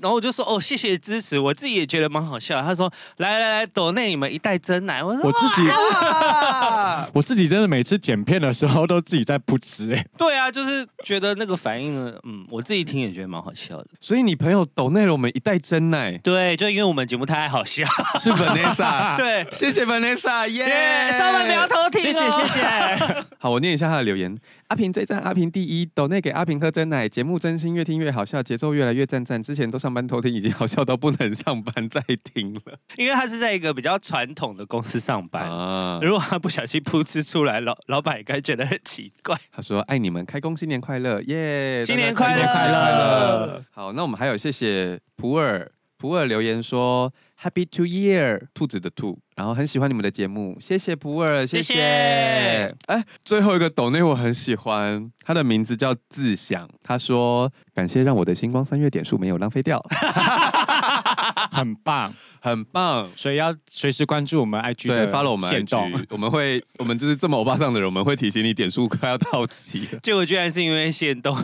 [SPEAKER 1] 然后我就说哦，谢谢支持，我自己也觉得蛮好笑的。他说来来来，抖内你们一袋真奶，我说
[SPEAKER 2] 我自己， 我自己真的每次剪片的时候都自己在噗嗤哎，
[SPEAKER 1] 对啊，就是觉得那个反应呢，嗯，我自己听也觉得蛮好笑的。
[SPEAKER 3] 所以你朋友抖内了我们一袋真奶
[SPEAKER 1] 对，就因为我们节目太好笑。
[SPEAKER 3] 是 Vanessa，
[SPEAKER 1] 对
[SPEAKER 3] 谢谢 Vanessa，耶、
[SPEAKER 1] 上班不要偷听、哦，谢谢谢谢。
[SPEAKER 3] 好，我念一下他的留言：阿平最赞，阿平第一，抖内给阿平喝真奶，节目真心越听越好笑，节奏越来越赞赞。之前都上班偷听，已经好笑到不能上班再听了
[SPEAKER 1] 因为他是在一个比较传统的公司上班，
[SPEAKER 3] 啊
[SPEAKER 1] 如果他不小心噗嗤出来，老老板应该觉得很奇怪。
[SPEAKER 3] 他说：“爱你们，开工新年快乐，耶！
[SPEAKER 1] 新年
[SPEAKER 3] 大家
[SPEAKER 1] 快乐
[SPEAKER 3] 新年好，那我们还有谢谢普洱，普洱留言说 Happy Two Year，兔子的兔，然后很喜欢你们的节目，谢谢普洱，谢
[SPEAKER 1] 谢谢，
[SPEAKER 3] 哎，最后一个抖内我很喜欢，他的名字叫自享，他说感谢让我的星光三月点数没有浪费掉，
[SPEAKER 2] 很棒，
[SPEAKER 3] 很 棒。”
[SPEAKER 2] 所以要随时关注我们 IG
[SPEAKER 3] 对
[SPEAKER 2] 的
[SPEAKER 3] ，follow 我们
[SPEAKER 2] 限动
[SPEAKER 3] IG，我们会，我们就是这么欧巴桑的人，我们会提醒你点数快要到期 了
[SPEAKER 1] 结果居然是因为限动，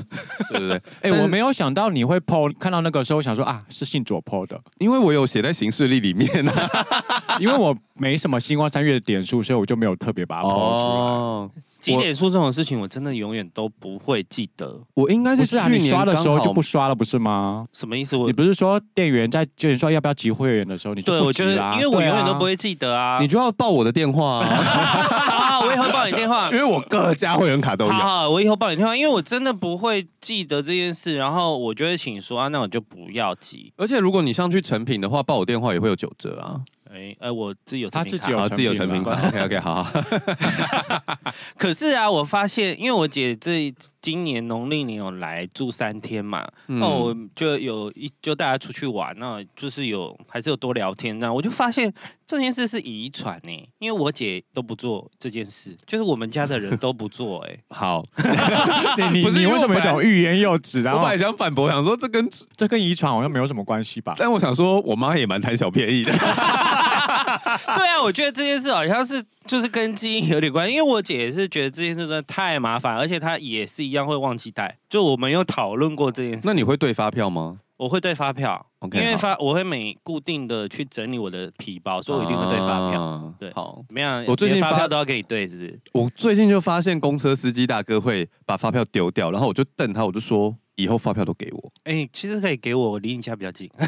[SPEAKER 3] 对不对？
[SPEAKER 2] 哎、
[SPEAKER 3] 但是
[SPEAKER 2] 我没有想到你会 PO，看到那个时候我想说啊，是信左 PO 的，
[SPEAKER 3] 因为我有写在行事历里面啊，
[SPEAKER 2] 因为我没什么星光三月的点数，所以我就没有特别把它 PO 出来。
[SPEAKER 3] 哦，
[SPEAKER 1] 几点数这种事情，我真的永远都不会记得。
[SPEAKER 3] 我应该
[SPEAKER 2] 不
[SPEAKER 3] 是
[SPEAKER 2] 是啊，
[SPEAKER 3] 去
[SPEAKER 2] 你
[SPEAKER 3] 年
[SPEAKER 2] 刷的时候
[SPEAKER 3] 刚好
[SPEAKER 2] 就不刷了，不是吗？
[SPEAKER 1] 什么意思？我
[SPEAKER 2] 你不是说店员在就你说要不要集会员的时候，你
[SPEAKER 1] 对
[SPEAKER 2] 就
[SPEAKER 1] 我
[SPEAKER 2] 不
[SPEAKER 1] 觉
[SPEAKER 2] 集
[SPEAKER 1] 得，
[SPEAKER 2] 啦、
[SPEAKER 1] 因为我
[SPEAKER 2] 对啊
[SPEAKER 1] 永远都不会记得啊。
[SPEAKER 3] 你 就要报我的电话、 啊，
[SPEAKER 1] 啊，我以后报你电话
[SPEAKER 3] 因。为我各家会员卡都
[SPEAKER 1] 好
[SPEAKER 3] 有。
[SPEAKER 1] 好，我以后帮你电话，因为我真的不会记得这件事，然后我就会请说啊，那我就不要急。
[SPEAKER 3] 而且如果你上去成品的话，报我电话也会有九折啊！
[SPEAKER 1] 哎、哎，我自己有
[SPEAKER 2] 他
[SPEAKER 1] 成品
[SPEAKER 2] 自
[SPEAKER 1] 卡
[SPEAKER 2] 己有
[SPEAKER 3] 啊，自己有成品哦
[SPEAKER 2] 成品
[SPEAKER 3] 款。OK OK，好好。
[SPEAKER 1] 可是啊，我发现，因为我姐这今年农历年有来住三天嘛，
[SPEAKER 3] 嗯，
[SPEAKER 1] 那、我就有一就带她出去玩，那就是有还是有多聊天，那我就发现这件事是遗传呢，因为我姐都不做这件事，就是我们家的人都不做、哎
[SPEAKER 3] 好，
[SPEAKER 2] 对啊 你
[SPEAKER 3] 不是
[SPEAKER 2] 你
[SPEAKER 3] 因为
[SPEAKER 2] 为什么有
[SPEAKER 3] 我本来
[SPEAKER 2] 种欲言又止？然
[SPEAKER 3] 我
[SPEAKER 2] 后
[SPEAKER 3] 本来想反驳，想说这跟，
[SPEAKER 2] 这跟遗传好像没有什么关系吧？
[SPEAKER 3] 但我想说我妈也蛮贪小便宜的。
[SPEAKER 1] 对啊，我觉得这件事好像是就是跟基因有点关系，因为我姐也是觉得这件事真的太麻烦，而且她也是一样会忘记带，就我们有讨论过这件事。
[SPEAKER 3] 那你会对发票吗？
[SPEAKER 1] 我会对发票
[SPEAKER 3] OK，
[SPEAKER 1] 因为
[SPEAKER 3] 好
[SPEAKER 1] 发我会每固定的去整理我的皮包，所以我一定会对发票。
[SPEAKER 3] 啊
[SPEAKER 1] 对
[SPEAKER 3] 好，
[SPEAKER 1] 怎么样？
[SPEAKER 3] 我最近
[SPEAKER 1] 你的发
[SPEAKER 3] 发
[SPEAKER 1] 票都要给你对，是不是？
[SPEAKER 3] 我最近就发现公车司机大哥会把发票丢掉，然后我就瞪他，我就说以后发票都给我。
[SPEAKER 1] 哎、其实可以给我，我离你家比较近。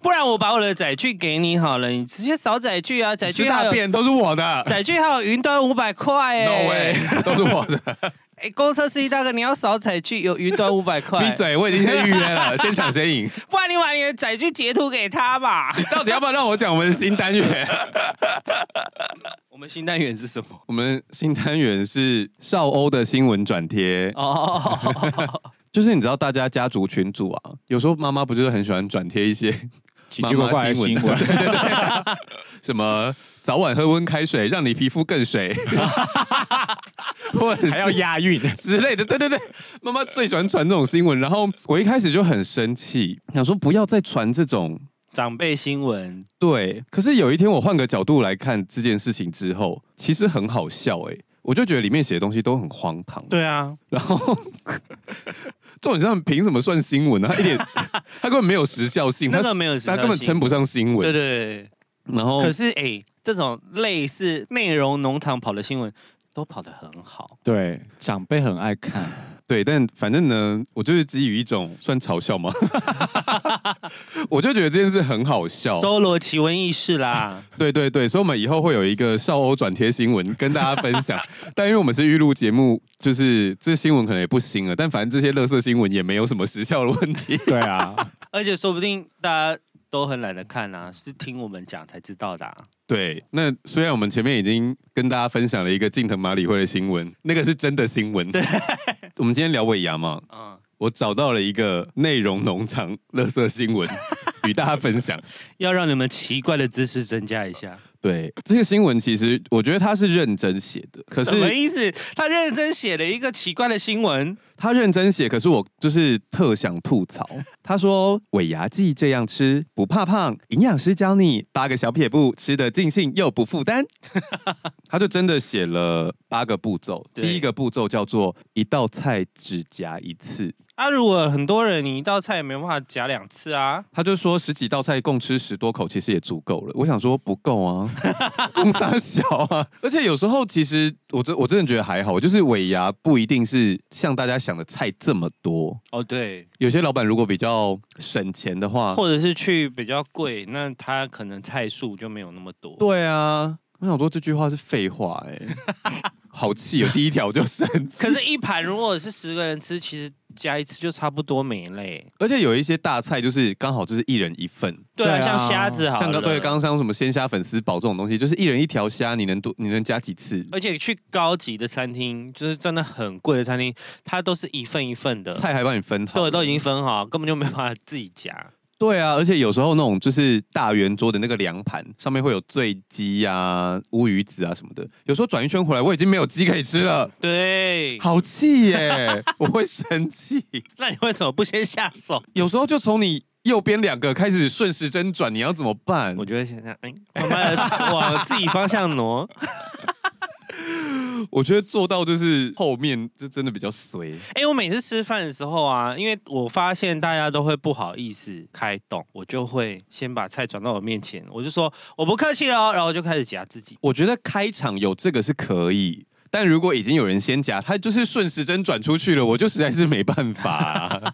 [SPEAKER 1] 不然我把我的载具给你好了，你直接扫载具啊，载具
[SPEAKER 3] 吃
[SPEAKER 1] 还
[SPEAKER 3] 大
[SPEAKER 1] 有
[SPEAKER 3] 便都是我的
[SPEAKER 1] 载具还有云端五百块哎、
[SPEAKER 3] ，No
[SPEAKER 1] 哎
[SPEAKER 3] way，、都是 我的。
[SPEAKER 1] 公车司机大哥，你要扫载具有云端五百块
[SPEAKER 3] 闭，嘴！我已经先预约了，先抢先 赢。
[SPEAKER 1] 不然你把你的载具截图给他吧。
[SPEAKER 3] 到底要不要让我讲我们的新单元？
[SPEAKER 1] 我们新单元是什么？
[SPEAKER 3] 我们新单元是少欧的新闻转贴，
[SPEAKER 1] 哦，
[SPEAKER 3] 就是你知道大家家族群组啊，有时候妈妈不就是很喜欢转贴一些
[SPEAKER 2] 奇奇怪怪的新
[SPEAKER 3] 妈妈
[SPEAKER 2] 闻，
[SPEAKER 3] 对对对， 什么早晚喝温开水让你皮肤 更水，或 者
[SPEAKER 2] 还要
[SPEAKER 3] 是
[SPEAKER 2] 押韵。
[SPEAKER 3] 之类的，对对对，妈妈最喜欢传这种新闻。然后我一开始就很生气，想说不要再传这种
[SPEAKER 1] 长辈新闻，
[SPEAKER 3] 对，可是有一天我换个角度来看这件事情之后，其实很好笑哎、我就觉得里面写的东西都很荒唐。
[SPEAKER 1] 对啊，
[SPEAKER 3] 然后重点是他们凭什么算新闻呢、啊？他一 点，他根本没有时效性，
[SPEAKER 1] 那
[SPEAKER 3] 他
[SPEAKER 1] 个没有时效
[SPEAKER 3] 他根本
[SPEAKER 1] 性
[SPEAKER 3] 称不哦上新
[SPEAKER 1] 对
[SPEAKER 3] 闻。
[SPEAKER 1] 对
[SPEAKER 3] 然后
[SPEAKER 1] 对。可是哎、这种类似内容农场跑的新闻都跑得很好，
[SPEAKER 2] 对，长辈很爱看，
[SPEAKER 3] 对，但反正呢，我就是基于一种算嘲 笑吗？我就觉得这件事很好笑。
[SPEAKER 1] 搜罗奇闻异事啦。
[SPEAKER 3] 对对对，所以我们以后会有一个少欧转贴新闻跟大家分享。 但因为我们是预录节目，就是这新闻可能也不新了，但反正这些乐色新闻也没有什么时效的问题。
[SPEAKER 2] 对啊，
[SPEAKER 1] 而且说不定大家都很懒得看啊，是听我们讲才知道的、啊。
[SPEAKER 3] 对，那虽然我们前面已经跟大家分享了一个近藤麻里惠的新闻，那个是真的新闻。对，我们今天聊尾牙嘛，
[SPEAKER 1] 嗯，
[SPEAKER 3] 我找到了一个内容农场乐色新闻与大家 分享。
[SPEAKER 1] 要让你们奇怪的知识增加一下。
[SPEAKER 3] 对，这个新闻其实我觉得他是认真写的，可
[SPEAKER 1] 什么
[SPEAKER 3] 是
[SPEAKER 1] 意思？他认真写了一个奇怪的新闻，
[SPEAKER 3] 他认真写，可是我就是特想吐槽。他说尾牙季这样吃不怕胖，营养师教你八个小撇步，吃的尽兴又不负担。他就真的写了八个步骤，
[SPEAKER 1] 对
[SPEAKER 3] 第一个步骤叫做一道菜只夹一次。
[SPEAKER 1] 啊，如果很多人你一道菜也没办法夹两次啊，
[SPEAKER 3] 他就说十几道菜共吃十多口，其实也足够了。我想说不够啊，公差小啊。而且有时候其实我真我真的觉得还好，就是尾牙不一定是像大家想的菜这么多。
[SPEAKER 1] 哦对，
[SPEAKER 3] 有些老板如果比较省钱的话，
[SPEAKER 1] 或者是去比较贵，那他可能菜数就没有那么多。
[SPEAKER 3] 对啊，我想说这句话是废话哎、 好气哦！第一条我就生气。
[SPEAKER 1] 可是，一盘如果是十个人吃，其实加一次就差不多没欸嘞。
[SPEAKER 3] 而且有一些大菜就是刚好就是一人一份，
[SPEAKER 1] 对啊，
[SPEAKER 2] 对啊
[SPEAKER 1] 像虾子好了，
[SPEAKER 3] 像刚对刚刚像什么鲜虾粉丝煲这种东西，就是一人一条虾，你能多你能加几次？
[SPEAKER 1] 而且去高级的餐厅，就是真的很贵的餐厅，它都是一份一份的，
[SPEAKER 3] 菜还帮你分好，
[SPEAKER 1] 对，都已经分好，根本就没办法自己夹。
[SPEAKER 3] 对啊，而且有时候那种就是大圆桌的那个凉盘，上面会有醉鸡啊、乌鱼子啊什么的。有时候转一圈回来，我已经没有鸡可以 吃了，
[SPEAKER 1] 对，
[SPEAKER 3] 好气耶、我会生气。
[SPEAKER 1] 那你为什么不先下手？
[SPEAKER 3] 有时候就从你右边两个开始顺时针转，你要怎么办
[SPEAKER 1] 我？觉得现在，嗯，慢慢的往自己方向挪。
[SPEAKER 3] 我觉得做到就是后面就真的比较随。
[SPEAKER 1] 哎、我每次吃饭的时候啊，因为我发现大家都会不好意思开动，我就会先把菜转到我面前，我就说我不客气了哦，然后我就开始夹自己。
[SPEAKER 3] 我觉得开场有这个是可以。但如果已经有人先夹，他就是顺时针转出去了，我就实在是没办法、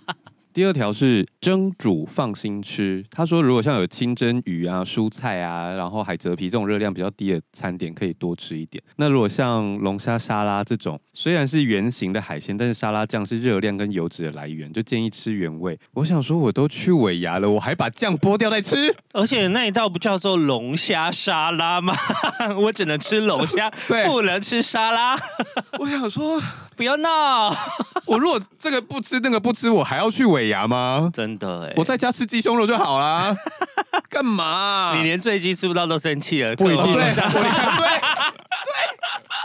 [SPEAKER 3] 第二条是蒸煮放心吃。他说，如果像有清蒸鱼啊、蔬菜啊，然后海蜇皮这种热量比较低的餐点，可以多吃一点。那如果像龙虾沙拉这种，虽然是圆形的海鲜，但是沙拉酱是热量跟油脂的来源，就建议吃原味。我想说，我都去尾牙了，我还把酱剥掉再吃，
[SPEAKER 1] 而且那一道不叫做龙虾沙拉吗？ 我只能吃龙虾，
[SPEAKER 3] 对
[SPEAKER 1] 不能吃沙拉，
[SPEAKER 3] 我想说。
[SPEAKER 1] 不要闹！
[SPEAKER 3] 我如果这个不吃那个不吃，我还要去尾牙吗？
[SPEAKER 1] 真的哎、
[SPEAKER 3] 我在家吃鸡胸肉就好 啦，干嘛啊、
[SPEAKER 1] 你连最鸡吃不到都生气了，
[SPEAKER 2] 不一定
[SPEAKER 1] 更
[SPEAKER 3] 对，
[SPEAKER 1] 何
[SPEAKER 3] 我
[SPEAKER 1] 况
[SPEAKER 3] 连
[SPEAKER 1] 是
[SPEAKER 3] 对对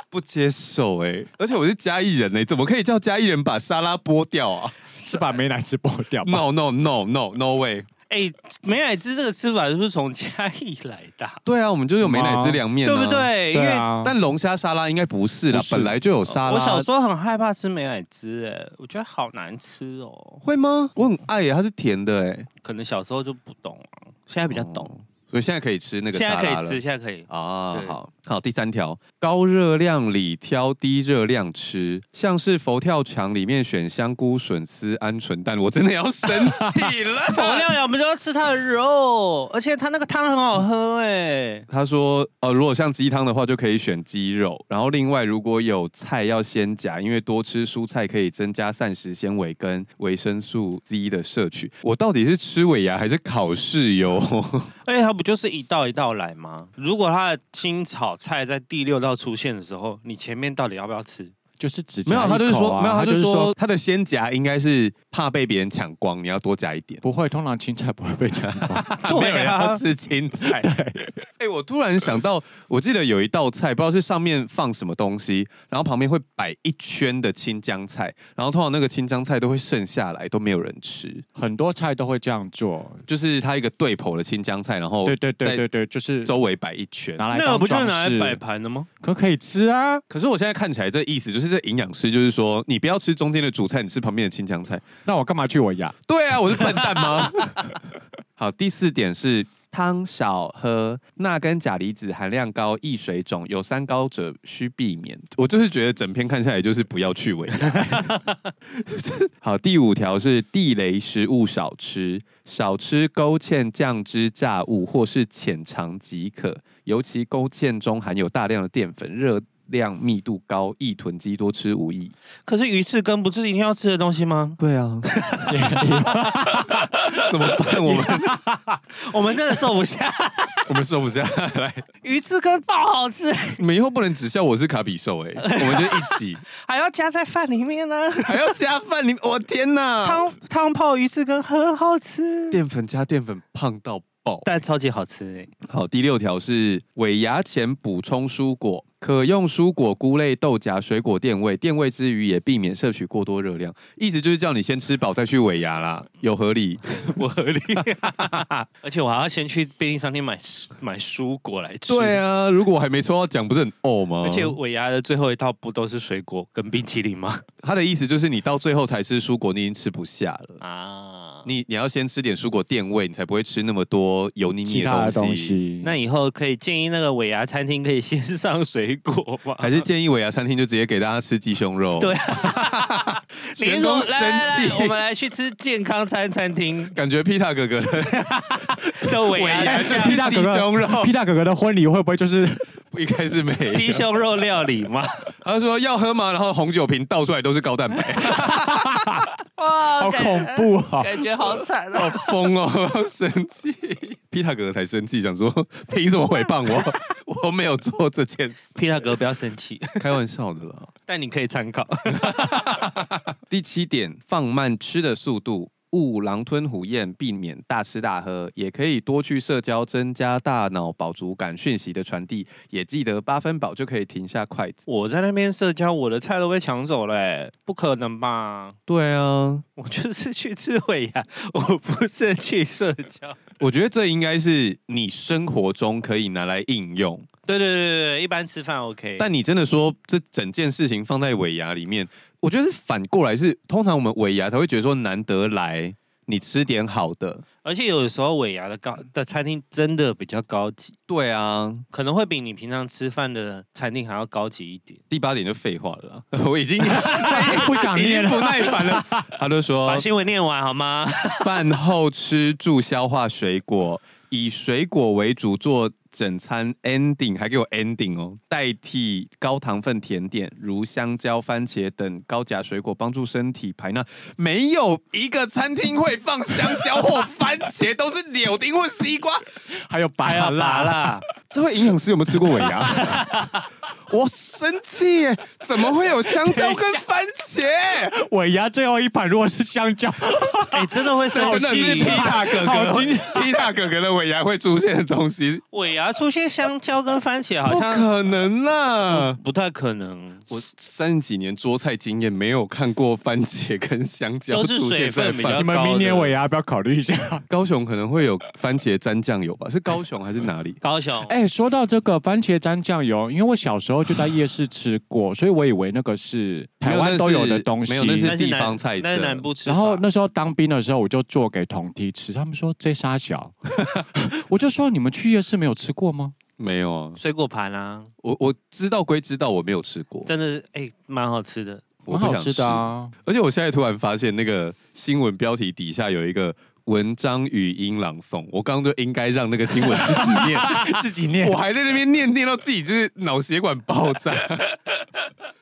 [SPEAKER 3] 不接受哎、而且我是嘉义人哎、怎么可以叫嘉义人把沙拉剥掉啊
[SPEAKER 2] 是把美乃滋剥掉吧？
[SPEAKER 3] ？No No No No No way！
[SPEAKER 1] 哎、美乃滋这个吃法是不是从嘉义来的啊？
[SPEAKER 3] 对啊，我们就有美乃滋凉面、啊，
[SPEAKER 1] 对不？对？因
[SPEAKER 2] 对
[SPEAKER 1] 为
[SPEAKER 2] 啊，
[SPEAKER 3] 但龙虾沙拉应该不是啦，
[SPEAKER 2] 不是
[SPEAKER 3] 本来就有沙拉。
[SPEAKER 1] 哦我小时候很害怕吃美乃滋，哎，我觉得好难吃哦。
[SPEAKER 3] 会吗？我很爱耶、它是甜的哎、哦
[SPEAKER 1] 可能小时候就不懂啊，现在比较懂，
[SPEAKER 3] 所以现在可以吃那个
[SPEAKER 1] 现
[SPEAKER 3] 沙拉
[SPEAKER 1] 在
[SPEAKER 3] 了。
[SPEAKER 1] 可以吃，现在可 以。
[SPEAKER 3] 啊
[SPEAKER 1] 对，
[SPEAKER 3] 好好，第三条，高热量里挑低热量吃，像是佛跳墙里面选香菇、笋丝、鹌鹑蛋，我真的要生气
[SPEAKER 1] 佛
[SPEAKER 3] 了。
[SPEAKER 1] 跳墙不就要吃它的肉，而且它那个汤很好喝哎、
[SPEAKER 3] 他说，呃，如果像鸡汤的话，就可以选鸡肉，然后另外如果有菜要先夹，因为多吃蔬菜可以增加膳食纤维跟维生素 C 的摄取。我到底是吃尾牙还是考试哟？
[SPEAKER 1] 而且哎它不就是一道一道来吗？如果它的青炒菜在第六道出现的时候，你前面到底要不要吃？
[SPEAKER 2] 就是只
[SPEAKER 3] 没有，
[SPEAKER 2] 夹一
[SPEAKER 3] 他就是
[SPEAKER 2] 口
[SPEAKER 3] 说，
[SPEAKER 2] 啊
[SPEAKER 3] 没有，他
[SPEAKER 2] 他
[SPEAKER 3] 就是说，他的先夹应该是怕被别人抢光，你要多加一点。
[SPEAKER 2] 不会，通常青菜不会被抢光。
[SPEAKER 3] 没有人要吃青菜。 哎、我突然想到，我记得有一道菜，不知道是上面放什么东西，然后旁边会摆一圈的青江菜，然后通常那个青江菜都会剩下来，都没有人吃。
[SPEAKER 2] 很多菜都会这样做。
[SPEAKER 3] 就是它一个对口的青江菜，然后
[SPEAKER 2] 对对对
[SPEAKER 3] 在
[SPEAKER 2] 对对，就是
[SPEAKER 3] 周围摆一圈。
[SPEAKER 2] 拿来
[SPEAKER 1] 那个
[SPEAKER 2] 当
[SPEAKER 1] 不就是
[SPEAKER 2] 装
[SPEAKER 1] 拿来
[SPEAKER 2] 饰
[SPEAKER 1] 摆盘的吗？
[SPEAKER 2] 可可以吃啊？
[SPEAKER 3] 可是我现在看起来，这意思就是这营养师就是说，你不要吃中间的主菜，你吃旁边的青江菜。
[SPEAKER 2] 那我干嘛去我牙？
[SPEAKER 3] 对啊，我是笨蛋 吗？好，第四点是汤少喝，钠跟钾离子含量高，易水肿，有三高者需避免。我就是觉得整篇看下来就是不要去尾牙。 好，第五条是地雷食物少吃，少吃勾芡、酱汁、炸物或是浅尝即可，尤其勾芡中含有大量的淀粉，热量密度高，易囤积，多吃无益。
[SPEAKER 1] 可是鱼翅羹不是一定要吃的东西 吗？
[SPEAKER 3] 对啊，怎么办？我们
[SPEAKER 1] 我们真的受不下，
[SPEAKER 3] 我们瘦不下来，
[SPEAKER 1] 鱼翅羹爆好吃，
[SPEAKER 3] 你们以后不能只笑我是卡比兽哎、 我们就一起，
[SPEAKER 1] 还要加在饭里面呢、
[SPEAKER 3] 还要加饭，你我天哪！
[SPEAKER 1] 汤汤泡鱼翅羹很好吃，
[SPEAKER 3] 淀粉加淀粉，胖到爆。
[SPEAKER 1] 但超级好吃哎、
[SPEAKER 3] 好，第六条是尾牙前补充蔬果，可用蔬果、菇类、豆荚、水果垫胃，垫胃之余也避免摄取过多热量。意思就是叫你先吃饱再去尾牙 啦，有合理？
[SPEAKER 1] 不合理， 而且我还要先去便利商店买蔬买蔬果来吃。
[SPEAKER 3] 对，啊，如果我还没抽到奖，不是很哦吗？
[SPEAKER 1] 而且尾牙的最后一道不都是水果跟冰淇淋吗？
[SPEAKER 3] 他的意思就是你到最后才吃蔬果，你已经吃不下了。
[SPEAKER 1] 啊，
[SPEAKER 3] 你你要先吃点蔬果垫胃，你才不会吃那么多油腻腻
[SPEAKER 2] 其他的东
[SPEAKER 3] 东
[SPEAKER 2] 西，
[SPEAKER 1] 那以后可以建议那个尾牙餐厅可以先上水果吗？
[SPEAKER 3] 还是建议尾牙餐厅就直接给大家吃鸡胸肉。
[SPEAKER 1] 对，啊
[SPEAKER 3] 员工
[SPEAKER 1] 来来
[SPEAKER 3] 生
[SPEAKER 1] 来，我
[SPEAKER 3] 气，
[SPEAKER 1] 们来去吃健康餐餐厅
[SPEAKER 3] 感觉皮塔哥哥
[SPEAKER 1] 的尾牙
[SPEAKER 3] 就
[SPEAKER 1] 餐
[SPEAKER 2] 披
[SPEAKER 3] 是
[SPEAKER 2] 萨
[SPEAKER 3] 鸡
[SPEAKER 2] 哥哥
[SPEAKER 3] 胸肉，
[SPEAKER 2] 披萨哥哥的婚礼会不会就是
[SPEAKER 3] 应该是没有。
[SPEAKER 1] 鸡胸肉料理吗？
[SPEAKER 3] 他说要喝吗？然后红酒瓶倒出来都是高 蛋白，
[SPEAKER 1] 哇
[SPEAKER 2] 好恐怖 啊？
[SPEAKER 1] 感觉好惨
[SPEAKER 3] 好疯哦！我要生气，皮塔哥哥才生气，想说 凭什么诽谤我？我 没有做这件事，
[SPEAKER 1] 皮大哥不要生气，
[SPEAKER 3] 开玩笑的啦。
[SPEAKER 1] 但你可以参考。
[SPEAKER 3] 第七点，放慢吃的速度，勿狼吞虎咽，避免大吃大喝，也可以多去社交，增加大脑饱足感讯息的传递。也记得八分饱就可以停下筷子。
[SPEAKER 1] 我在那边社交，我的菜都被抢走了、欸，不可能吧？
[SPEAKER 3] 对啊，
[SPEAKER 1] 我就是去吃尾牙，我不是去社交。
[SPEAKER 3] 我觉得这应该是你生活中可以拿来应用。
[SPEAKER 1] 对对对对，一般吃饭 OK，
[SPEAKER 3] 但你真的说这整件事情放在尾牙里面，我觉得是反过来是，通常我们尾牙才会觉得说难得来，你吃点好的。
[SPEAKER 1] 而且有的时候尾牙的高的餐厅真的比较高级，
[SPEAKER 3] 对啊，
[SPEAKER 1] 可能会比你平常吃饭的餐厅还要高级一点。
[SPEAKER 3] 第八点就废话了啦， 我已经
[SPEAKER 2] 不想
[SPEAKER 3] 已
[SPEAKER 2] 念
[SPEAKER 3] 经
[SPEAKER 2] 了。
[SPEAKER 3] 不耐烦了。他就说
[SPEAKER 1] 把新闻念完好 吗？
[SPEAKER 3] 饭后吃助消化水果，以水果为主做整餐 ending，还给我 ending 哦，代替高糖分甜点，如香蕉、番茄等高钾水果，帮助身体排钠。没有一个餐厅会放香蕉或番茄，都是柳丁或西瓜。
[SPEAKER 2] 还有白
[SPEAKER 1] 还要
[SPEAKER 2] 啊
[SPEAKER 1] 拔
[SPEAKER 2] 啦，
[SPEAKER 1] 啦，
[SPEAKER 3] 这位营养师有没有吃过尾牙？我生气耶！怎么会有香蕉跟番茄？
[SPEAKER 2] 尾牙最后一盘如果是香蕉，
[SPEAKER 1] 哎、真的会
[SPEAKER 3] 这
[SPEAKER 1] 生
[SPEAKER 3] 真的是
[SPEAKER 1] 气
[SPEAKER 3] 皮。塔哥
[SPEAKER 2] 好
[SPEAKER 3] 哥，皮塔哥哥的尾牙会出现的东西。
[SPEAKER 1] 尾牙出现香蕉跟番茄，好
[SPEAKER 3] 不
[SPEAKER 1] 像
[SPEAKER 3] 可能啦！
[SPEAKER 1] 不太可能，
[SPEAKER 3] 嗯我三十几年桌菜经验，没有看过番茄跟香蕉
[SPEAKER 1] 都是
[SPEAKER 3] 出
[SPEAKER 1] 水
[SPEAKER 3] 现在
[SPEAKER 1] 分比较
[SPEAKER 3] 饭
[SPEAKER 2] 你们
[SPEAKER 1] 高的
[SPEAKER 2] 明年尾牙要不要考虑一下？
[SPEAKER 3] 高雄可能会有番茄沾酱油吧？是高雄还是哪里？
[SPEAKER 1] 高雄，
[SPEAKER 2] 哎、说到这个番茄沾酱油，因为我小时候就在夜市吃过，所以我以为那个是台湾都有的东西。
[SPEAKER 3] 没有那是
[SPEAKER 1] 那是
[SPEAKER 3] 地
[SPEAKER 1] 南
[SPEAKER 3] 方菜色
[SPEAKER 1] 那是南部吃法。
[SPEAKER 2] 然后那时候当兵的时候，我就做给同梯吃，他们说这沙小， 我就说你们去夜市没有吃过吗？
[SPEAKER 3] 没有啊，
[SPEAKER 1] 水果盘啊，
[SPEAKER 3] 我我知道归知道，我没有吃过，
[SPEAKER 1] 真的是哎，蛮、好吃的。
[SPEAKER 3] 我
[SPEAKER 2] 蛮
[SPEAKER 3] 不
[SPEAKER 2] 好
[SPEAKER 3] 想
[SPEAKER 2] 吃的啊，
[SPEAKER 3] 吃。而且我现在突然发现，那个新闻标题底下有一个文章语音朗诵，我刚刚就应该让那个新闻自己念，
[SPEAKER 2] 自己念
[SPEAKER 3] 我还在那边念念到自己就是脑血管爆炸。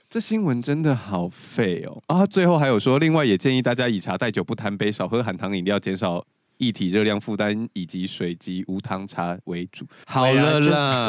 [SPEAKER 3] 这新闻真的好废哦！啊，最后还有说，另外也建议大家以茶代酒，不贪杯，少喝含糖饮料，减少液体热量负担，以及水及无糖茶为主。好了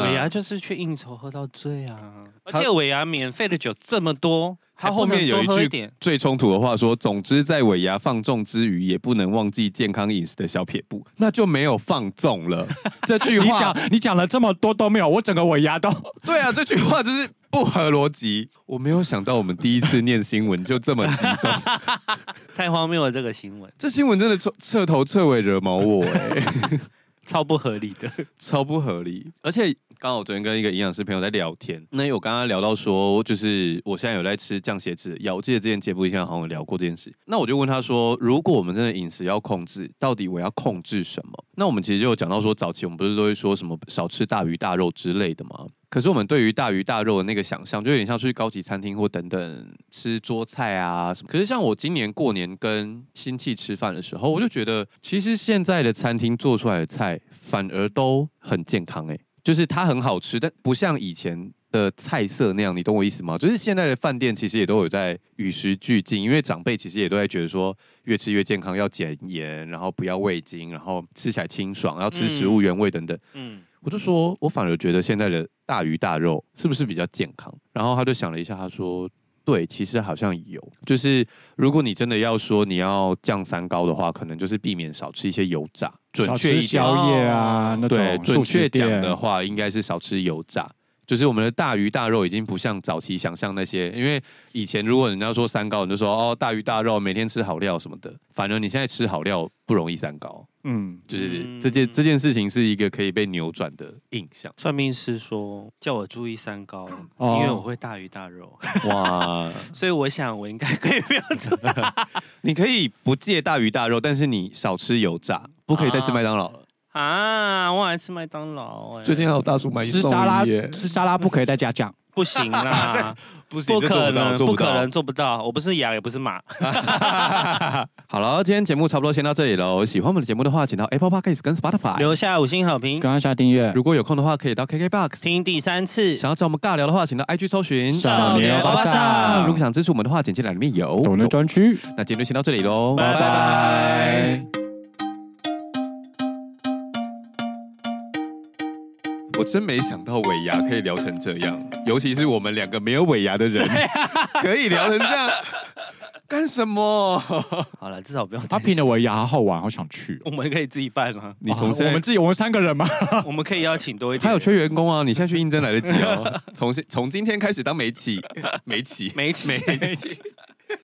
[SPEAKER 1] 尾牙
[SPEAKER 3] 啦，
[SPEAKER 1] 就是去应酬喝到醉啊，而
[SPEAKER 3] 他
[SPEAKER 1] 且尾牙免费的酒这么多，
[SPEAKER 3] 他后面有
[SPEAKER 1] 还不能多喝
[SPEAKER 3] 一句
[SPEAKER 1] 点
[SPEAKER 3] 最冲突的话说：“总之，在尾牙放纵之余，也不能忘记健康饮食的小撇步。”那就没有放纵了。这句
[SPEAKER 2] 你
[SPEAKER 3] 话，
[SPEAKER 2] 讲你讲了这么多都没有，我整个尾牙都
[SPEAKER 3] 对啊，这句话就是不合逻辑。我没有想到我们第一次念新闻就这么激动，
[SPEAKER 1] 太荒谬了，这个新闻
[SPEAKER 3] 这新闻真的彻彻头彻尾惹毛我哎、
[SPEAKER 1] 超不合理的。
[SPEAKER 3] 超不合理。而且刚好我昨天跟一个营养师朋友在聊天，那有跟他聊到说，就是我现在有在吃降血脂的药，我记得之前节目以前好像有聊过这件事。那我就问他说，如果我们真的饮食要控制，到底我要控制什么？那我们其实就有讲到说，早期我们不是都会说什么少吃大鱼大肉之类的吗？可是我们对于大鱼大肉的那个想象，就有点像去高级餐厅或等等吃桌菜啊什么。可是像我今年过年跟亲戚吃饭的时候，我就觉得其实现在的餐厅做出来的菜反而都很健康诶、就是它很好吃，但不像以前。的菜色那样，你懂我意思吗？就是现在的饭店其实也都有在与时俱进，因为长辈其实也都在觉得说，越吃越健康，要减盐，然后不要味精，然后吃起来清爽，然后吃食物原味等等。
[SPEAKER 1] 嗯，
[SPEAKER 3] 我就说，我反而觉得现在的大鱼大肉是不是比较健康？然后他就想了一下，他说：“对，其实好像有，就是如果你真的要说你要降三高的话，可能就是避免少吃一些油炸，准
[SPEAKER 2] 少
[SPEAKER 3] 确
[SPEAKER 2] 吃
[SPEAKER 3] 一点，
[SPEAKER 2] 宵夜啊，那
[SPEAKER 3] 对，
[SPEAKER 2] 种
[SPEAKER 3] 准
[SPEAKER 2] 素
[SPEAKER 3] 确
[SPEAKER 2] 食
[SPEAKER 3] 讲
[SPEAKER 2] 店
[SPEAKER 3] 的话，应该是少吃油炸。”就是我们的大鱼大肉已经不像早期想象那些，因为以前如果人家说三高，你就说哦大鱼大肉，每天吃好料什么的。反而你现在吃好料不容易三高，
[SPEAKER 2] 嗯，
[SPEAKER 3] 就是
[SPEAKER 1] 嗯
[SPEAKER 3] 这件、这件事情是一个可以被扭转的印象。
[SPEAKER 1] 算命师说叫我注意三高，
[SPEAKER 2] 哦
[SPEAKER 1] 因为我会大鱼大肉，
[SPEAKER 3] 哇，
[SPEAKER 1] 所以我想我应该可以不要注意。
[SPEAKER 3] 你可以不戒大鱼大肉，但是你少吃油炸，不可以再吃麦当劳了。
[SPEAKER 1] 啊，我爱吃麦当 劳、哎，
[SPEAKER 3] 还有大叔买
[SPEAKER 2] 吃沙拉吃沙拉不可以再加酱，
[SPEAKER 1] 不行啦，
[SPEAKER 3] 不行
[SPEAKER 1] 不
[SPEAKER 3] 这做
[SPEAKER 1] 可
[SPEAKER 3] 不到
[SPEAKER 1] 能，
[SPEAKER 3] 做
[SPEAKER 1] 不
[SPEAKER 3] 不到
[SPEAKER 1] 可能做不到。我不是羊，也不是马。
[SPEAKER 3] 好了，今天节目差不多先到这里喽。喜欢我们的节目的话，请到 Apple Podcast 跟 Spotify。
[SPEAKER 1] 留下五星好评，
[SPEAKER 2] 刚刚下订阅。
[SPEAKER 3] 如果有空的话，可以到 KKBox。
[SPEAKER 1] 听第三次。
[SPEAKER 3] 想要找我们尬聊的话，请到 IG 搜寻
[SPEAKER 2] 少年欧巴桑
[SPEAKER 3] 如果想支持我们的话，简介栏里面有。
[SPEAKER 2] 抖内专区，
[SPEAKER 3] 那今天就先到这里喽，
[SPEAKER 1] 拜
[SPEAKER 2] 拜拜。
[SPEAKER 3] 我真没想到尾牙可以聊成这样，尤其是我们两个没有尾牙的人，可以聊成这样，干什么？
[SPEAKER 1] 好了，至少不用
[SPEAKER 2] 阿
[SPEAKER 1] 担
[SPEAKER 2] 平
[SPEAKER 1] 心。
[SPEAKER 2] 的尾牙好好玩，好想去哦。
[SPEAKER 1] 我们可以自己办吗？
[SPEAKER 3] 你从
[SPEAKER 2] 啊
[SPEAKER 3] 现
[SPEAKER 2] 我
[SPEAKER 3] 在
[SPEAKER 2] 们自己，我们三个人嘛，
[SPEAKER 1] 我们可以邀请多一点。
[SPEAKER 3] 他有缺员工啊，你现在 去应征来得及哦。从现从今天开始当美企，美企，
[SPEAKER 1] 煤气，煤气。